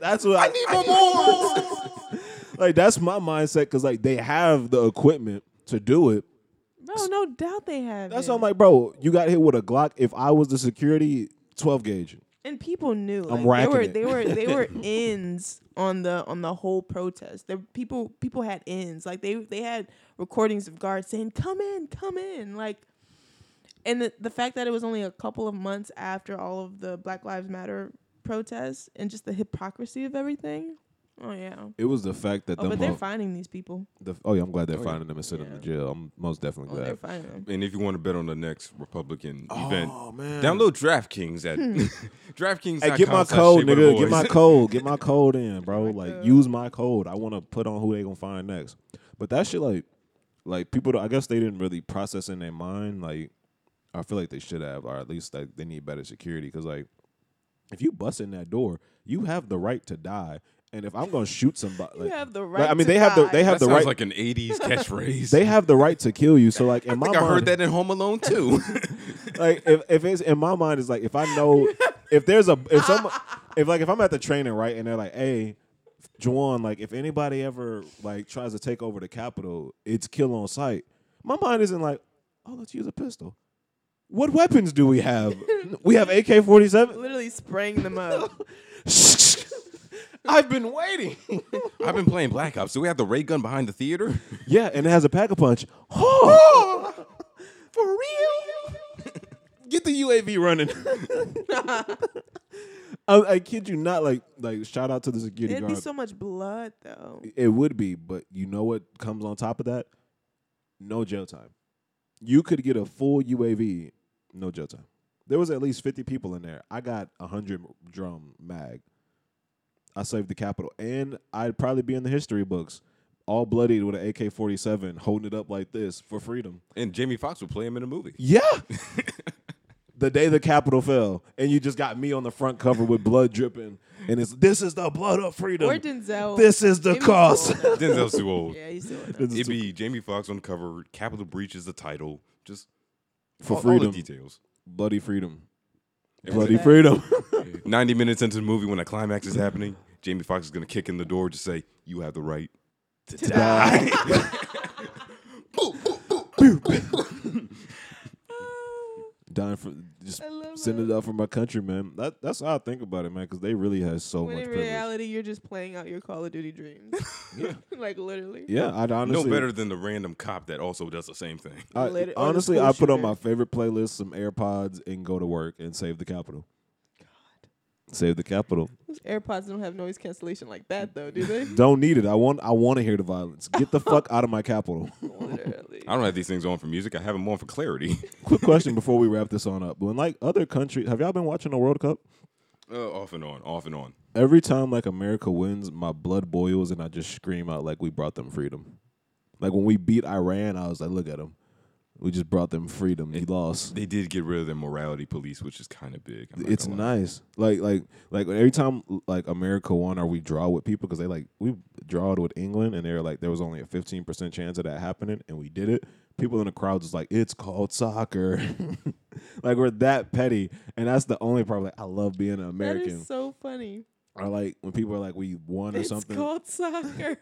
Speaker 3: that's what I,
Speaker 4: Need one more.
Speaker 3: like that's my mindset because like they have the equipment to do it.
Speaker 2: No, no doubt they have.
Speaker 3: That's
Speaker 2: it.
Speaker 3: why I'm like, bro, you got hit with a Glock. If I was the security, twelve gauge.
Speaker 2: and people knew. Like,
Speaker 3: I'm
Speaker 2: they were
Speaker 3: racking it.
Speaker 2: they were they were ends on the on the whole protest. The people people had ends. Like they they had recordings of guards saying, "Come in, come in." Like and the, the fact that it was only a couple of months after all of the Black Lives Matter protests and just the hypocrisy of everything. Oh yeah.
Speaker 3: It was the fact that
Speaker 2: Oh, but
Speaker 3: them.
Speaker 2: they're
Speaker 3: Oh,
Speaker 2: finding these people.
Speaker 3: the, oh yeah, I'm glad they're
Speaker 4: Oh, yeah.
Speaker 3: finding them and sending them to
Speaker 2: Yeah.
Speaker 3: jail. I'm most definitely
Speaker 2: Oh, they're
Speaker 3: glad.
Speaker 2: finding them.
Speaker 4: And if you want to bet on the next Republican event,
Speaker 3: Oh, man,
Speaker 4: download DraftKings at DraftKings.
Speaker 3: Hey, get my code, nigga. Get my code. Get my code in, bro.
Speaker 2: my
Speaker 3: like,
Speaker 2: code.
Speaker 3: use my code. I want to put on who they gonna find next. But that shit, like, like people, don't- I guess they didn't really process in their mind. Like, I feel like they should have, or at least like they need better security. Cause like, if you bust in that door, you have the right to die. And if I'm gonna shoot somebody,
Speaker 2: You
Speaker 3: like,
Speaker 2: have the
Speaker 3: like, I
Speaker 2: right
Speaker 3: mean,
Speaker 2: to
Speaker 3: they have the
Speaker 2: die.
Speaker 3: they have
Speaker 4: That
Speaker 3: the
Speaker 4: sounds
Speaker 3: right.
Speaker 4: like an '80s catchphrase.
Speaker 3: they have the right to kill you. So like in my
Speaker 4: I think I
Speaker 3: mind,
Speaker 4: heard that in Home Alone too.
Speaker 3: like if, if it's in my mind it's like if I know if there's a if some if like if I'm at the training right and they're like hey Juwan like if anybody ever like tries to take over the Capitol it's kill on sight my mind isn't like oh let's use a pistol what weapons do we have we have AK forty seven
Speaker 2: Literally spraying them up.
Speaker 3: I've been waiting
Speaker 4: I've been playing Black Ops. Do we have the ray gun behind the theater?
Speaker 3: yeah and it has a pack a punch
Speaker 4: For real?
Speaker 3: get the UAV running. I, I kid you not. Like, like shout out to the security
Speaker 2: There'd be
Speaker 3: guard.
Speaker 2: so much blood though.
Speaker 3: It would be, but you know what comes on top of that? No jail time. you could get a full UAV, no jet time. There was at least 50 people in there. I got a 100 drum mag. I saved the Capitol. And I'd probably be in the history books, all bloodied with an AK 47, holding it up like this for freedom.
Speaker 1: And Jamie Foxx would play him in a movie.
Speaker 3: Yeah. the day the Capitol fell, and you just got me on the front cover with blood dripping, and it's this is the blood of freedom.
Speaker 2: Or Denzel.
Speaker 3: This is the
Speaker 2: He was old
Speaker 3: cost.
Speaker 2: enough.
Speaker 1: Denzel's too old.
Speaker 2: yeah, he's still enough.
Speaker 3: This is
Speaker 1: It'd be Jamie Foxx on cover. Capital Breach is the title. Just
Speaker 3: for
Speaker 1: all, all the
Speaker 3: freedom,
Speaker 1: details.
Speaker 3: bloody freedom,
Speaker 1: It was
Speaker 3: bloody
Speaker 2: that-
Speaker 3: freedom.
Speaker 1: 90 minutes into the movie when the climax is happening, Jamie Foxx is going to kick in the door to say, You have the right.
Speaker 3: Dying for just
Speaker 2: I love
Speaker 3: sending it up for my country, man. That, that's how I think about it, man, because they really has so
Speaker 2: when
Speaker 3: much
Speaker 2: in
Speaker 3: privilege.
Speaker 2: reality, you're just playing out your Call of Duty dreams. like literally.
Speaker 3: yeah, I'd honestly
Speaker 1: No better than the random cop that also does the same thing.
Speaker 3: I,
Speaker 2: Lit- or the
Speaker 3: honestly,
Speaker 2: school
Speaker 3: I put on
Speaker 2: shooter.
Speaker 3: my favorite playlist, some AirPods, and go to work and save the Capitol. Save the Capitol.
Speaker 2: Those AirPods don't have noise cancellation like that though, do they?
Speaker 3: Don't need it. I want. I want to hear the violence. Get the fuck out of my Capitol.
Speaker 2: literally.
Speaker 1: I don't have these things on for music. I have them on for clarity.
Speaker 3: Quick question before we wrap this on up. When like other countries, have y'all been watching the World Cup?
Speaker 1: Uh, off and on, off and on.
Speaker 3: Every time like America wins, my blood boils and I just scream out like we brought them freedom. Like when we beat Iran, I was like, look at them. We just brought them freedom. He lost.
Speaker 1: They did get rid of their morality police, which is kind of big. I'm not
Speaker 3: it's
Speaker 1: gonna lie.
Speaker 3: nice. Like like like every time like America won or we draw with people because they like we drawed with England and they're like there was only a fifteen percent chance of that happening and we did it. People in the crowd just like it's called soccer, like we're that petty, and that's the only problem. Like, I love being an
Speaker 2: That
Speaker 3: American.
Speaker 2: is so funny.
Speaker 3: or like when people are like we won or
Speaker 2: It's
Speaker 3: something.
Speaker 2: called soccer.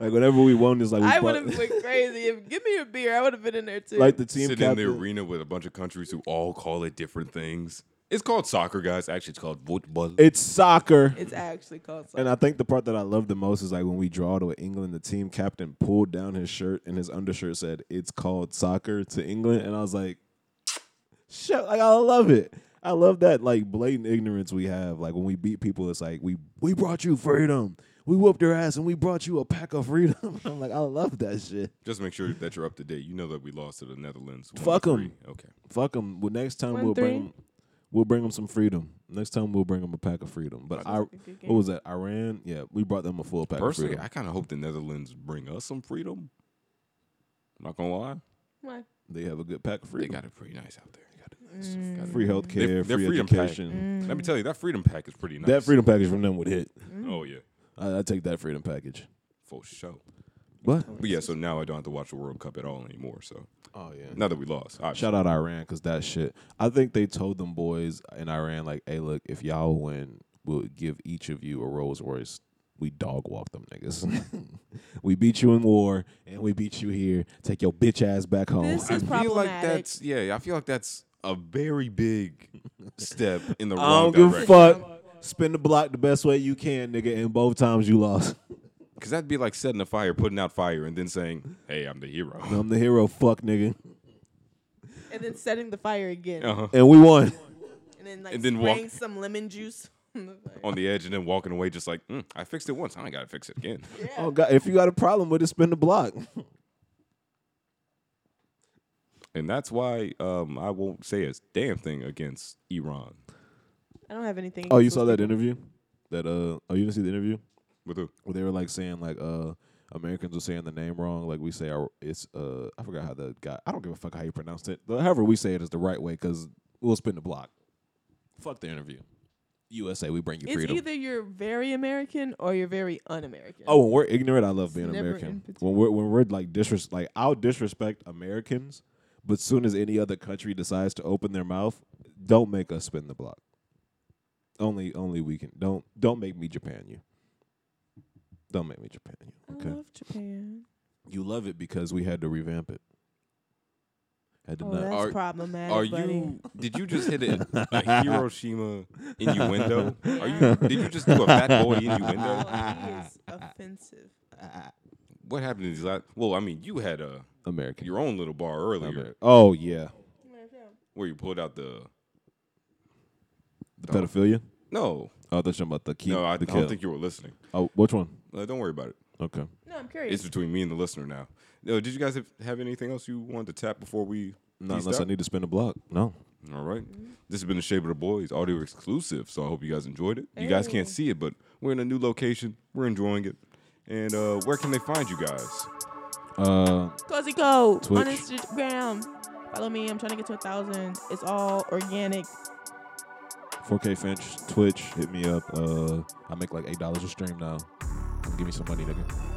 Speaker 3: like whenever we won, it's like we
Speaker 2: I
Speaker 3: brought-
Speaker 2: would have been crazy. If, give me a beer. I would have been in there too.
Speaker 3: like the team
Speaker 1: Sitting in the
Speaker 3: captain.
Speaker 1: arena with a bunch of countries who all call it different things. It's called soccer, guys. Actually, it's called football.
Speaker 3: it's soccer.
Speaker 2: it's actually called soccer.
Speaker 3: And I think the part that I love the most is like when we draw to England, the team captain pulled down his shirt and his undershirt said, "It's called soccer to England," and I was like, "Shit!" Like I love it. I love that like blatant ignorance we have. Like when we beat people, it's like we we brought you freedom. We whooped their ass and we brought you a pack of freedom. I'm like, I love that shit.
Speaker 1: Just make sure that you're up to date. You know that we lost to the Netherlands. one to
Speaker 3: Fuck 'em.
Speaker 1: three. Okay.
Speaker 3: Fuck them. Well, next time
Speaker 2: One,
Speaker 3: we'll bring
Speaker 2: three.
Speaker 3: 'em- we'll bring them some freedom. Next time we'll bring them a pack of freedom. But I,
Speaker 2: a good
Speaker 3: what was that? Iran? Yeah, we brought them a full pack. of
Speaker 1: Personally,
Speaker 3: freedom.
Speaker 1: I kind of hope the Netherlands bring us some freedom. I'm not gonna lie,
Speaker 2: Why?
Speaker 3: they have a good pack of
Speaker 1: they
Speaker 3: freedom.
Speaker 1: got it pretty nice out there. They got it nice. Got it-
Speaker 2: Mm.
Speaker 3: free healthcare,
Speaker 1: Their- their
Speaker 3: free
Speaker 1: freedom pack.
Speaker 3: education.
Speaker 1: Let me tell you, that freedom pack is pretty nice.
Speaker 3: That freedom package from them would hit.
Speaker 1: Oh yeah,
Speaker 3: I, I take that freedom package.
Speaker 1: for sure.
Speaker 3: What?
Speaker 1: But yeah, so now I don't have to watch the World Cup at all anymore. So
Speaker 3: Oh yeah.
Speaker 1: now that we lost, all right.
Speaker 3: Shout out Iran because that shit. I think they told them boys in Iran like, "Hey, look, if y'all win, we'll give each of you a Rolls Royce. We dog walk them niggas. we beat you in war and we beat you here. Take your bitch ass back home."
Speaker 2: This
Speaker 1: I
Speaker 2: is
Speaker 1: feel like
Speaker 2: problematic.
Speaker 1: that's yeah. I feel like that's a very big step in the
Speaker 3: I don't
Speaker 1: wrong
Speaker 3: give a
Speaker 1: direction.
Speaker 3: fuck. Spin the block the best way you can, nigga. And both times you lost.
Speaker 1: Because that'd be like setting a fire, putting out fire, and then saying, "Hey, I'm the hero."
Speaker 3: I'm the hero, fuck nigga.
Speaker 2: and then setting the fire again.
Speaker 1: Uh-huh.
Speaker 3: And we won.
Speaker 2: And then like
Speaker 1: And then
Speaker 2: spraying
Speaker 1: walk- Oh.
Speaker 2: some lemon juice. on the fire.
Speaker 1: On the edge, and then walking away, just like mm, I fixed it once. I ain't gotta fix it again.
Speaker 3: Oh god, if you got a problem with it, spin the block.
Speaker 1: And that's why um, I won't say a damn thing against Iran.
Speaker 2: I don't have anything.
Speaker 3: Oh, you
Speaker 2: against
Speaker 3: saw
Speaker 2: those
Speaker 3: that
Speaker 2: people.
Speaker 3: interview? That uh oh you didn't see the interview?
Speaker 1: With who?
Speaker 3: Where they were like saying like uh Americans were saying the name wrong, like we say our it's uh I forgot how the guy I don't give a fuck how you pronounced it. But however we say it is the right way because we'll spin the block. Fuck the interview. USA, we bring you
Speaker 2: It's
Speaker 3: freedom.
Speaker 2: either you're very American or you're very un-American.
Speaker 3: Oh, when we're ignorant, I love being
Speaker 2: never in
Speaker 3: American.
Speaker 2: particular.
Speaker 3: When we're when we're like disres like I'll disrespect Americans, but soon as any other country decides to open their mouth, don't make us spin the block. Only only we can don't don't make me Japan you. Don't make me Japan you.
Speaker 2: I
Speaker 3: Okay.
Speaker 2: love Japan.
Speaker 3: You love it because we had to revamp it. Had to
Speaker 2: Oh,
Speaker 3: not
Speaker 2: that's
Speaker 1: Are-
Speaker 2: problematic.
Speaker 1: Are
Speaker 2: buddy.
Speaker 1: you? Did you just hit a, a Hiroshima innuendo? Are you? Did you just do a fat boy
Speaker 2: Oh, uh,
Speaker 1: innuendo?
Speaker 2: he is offensive.
Speaker 1: What happened in these last? Well, I mean, you had a
Speaker 3: American.
Speaker 1: your own little bar earlier
Speaker 3: Amer- oh yeah.
Speaker 1: where you pulled out the
Speaker 3: The pedophilia?
Speaker 1: no,
Speaker 3: Oh, they're talking about the key.
Speaker 1: no. I, I
Speaker 3: the
Speaker 1: don't
Speaker 3: kill.
Speaker 1: think you were listening.
Speaker 3: Oh, which one?
Speaker 1: Uh, don't worry about it.
Speaker 3: Okay.
Speaker 2: No, I'm curious.
Speaker 1: It's between me and the listener now. No, did you guys have, have anything else you wanted to tap before we?
Speaker 3: Not
Speaker 1: peaced
Speaker 3: unless I
Speaker 1: out?
Speaker 3: need to spin a block. No.
Speaker 1: All right. This has been the Shape of the Boys audio exclusive, so I hope you guys enjoyed it. You guys can't see it, but we're in a new location. We're enjoying it. And uh, where can they find you guys?
Speaker 3: Uh,
Speaker 2: Cozy Co on
Speaker 3: Twitch.
Speaker 2: Instagram. Follow me. I'm trying to get to a thousand. It's all organic.
Speaker 3: 4K Finch, Twitch, hit me up. Uh, I make like eight dollars a stream now. Give me some money, nigga.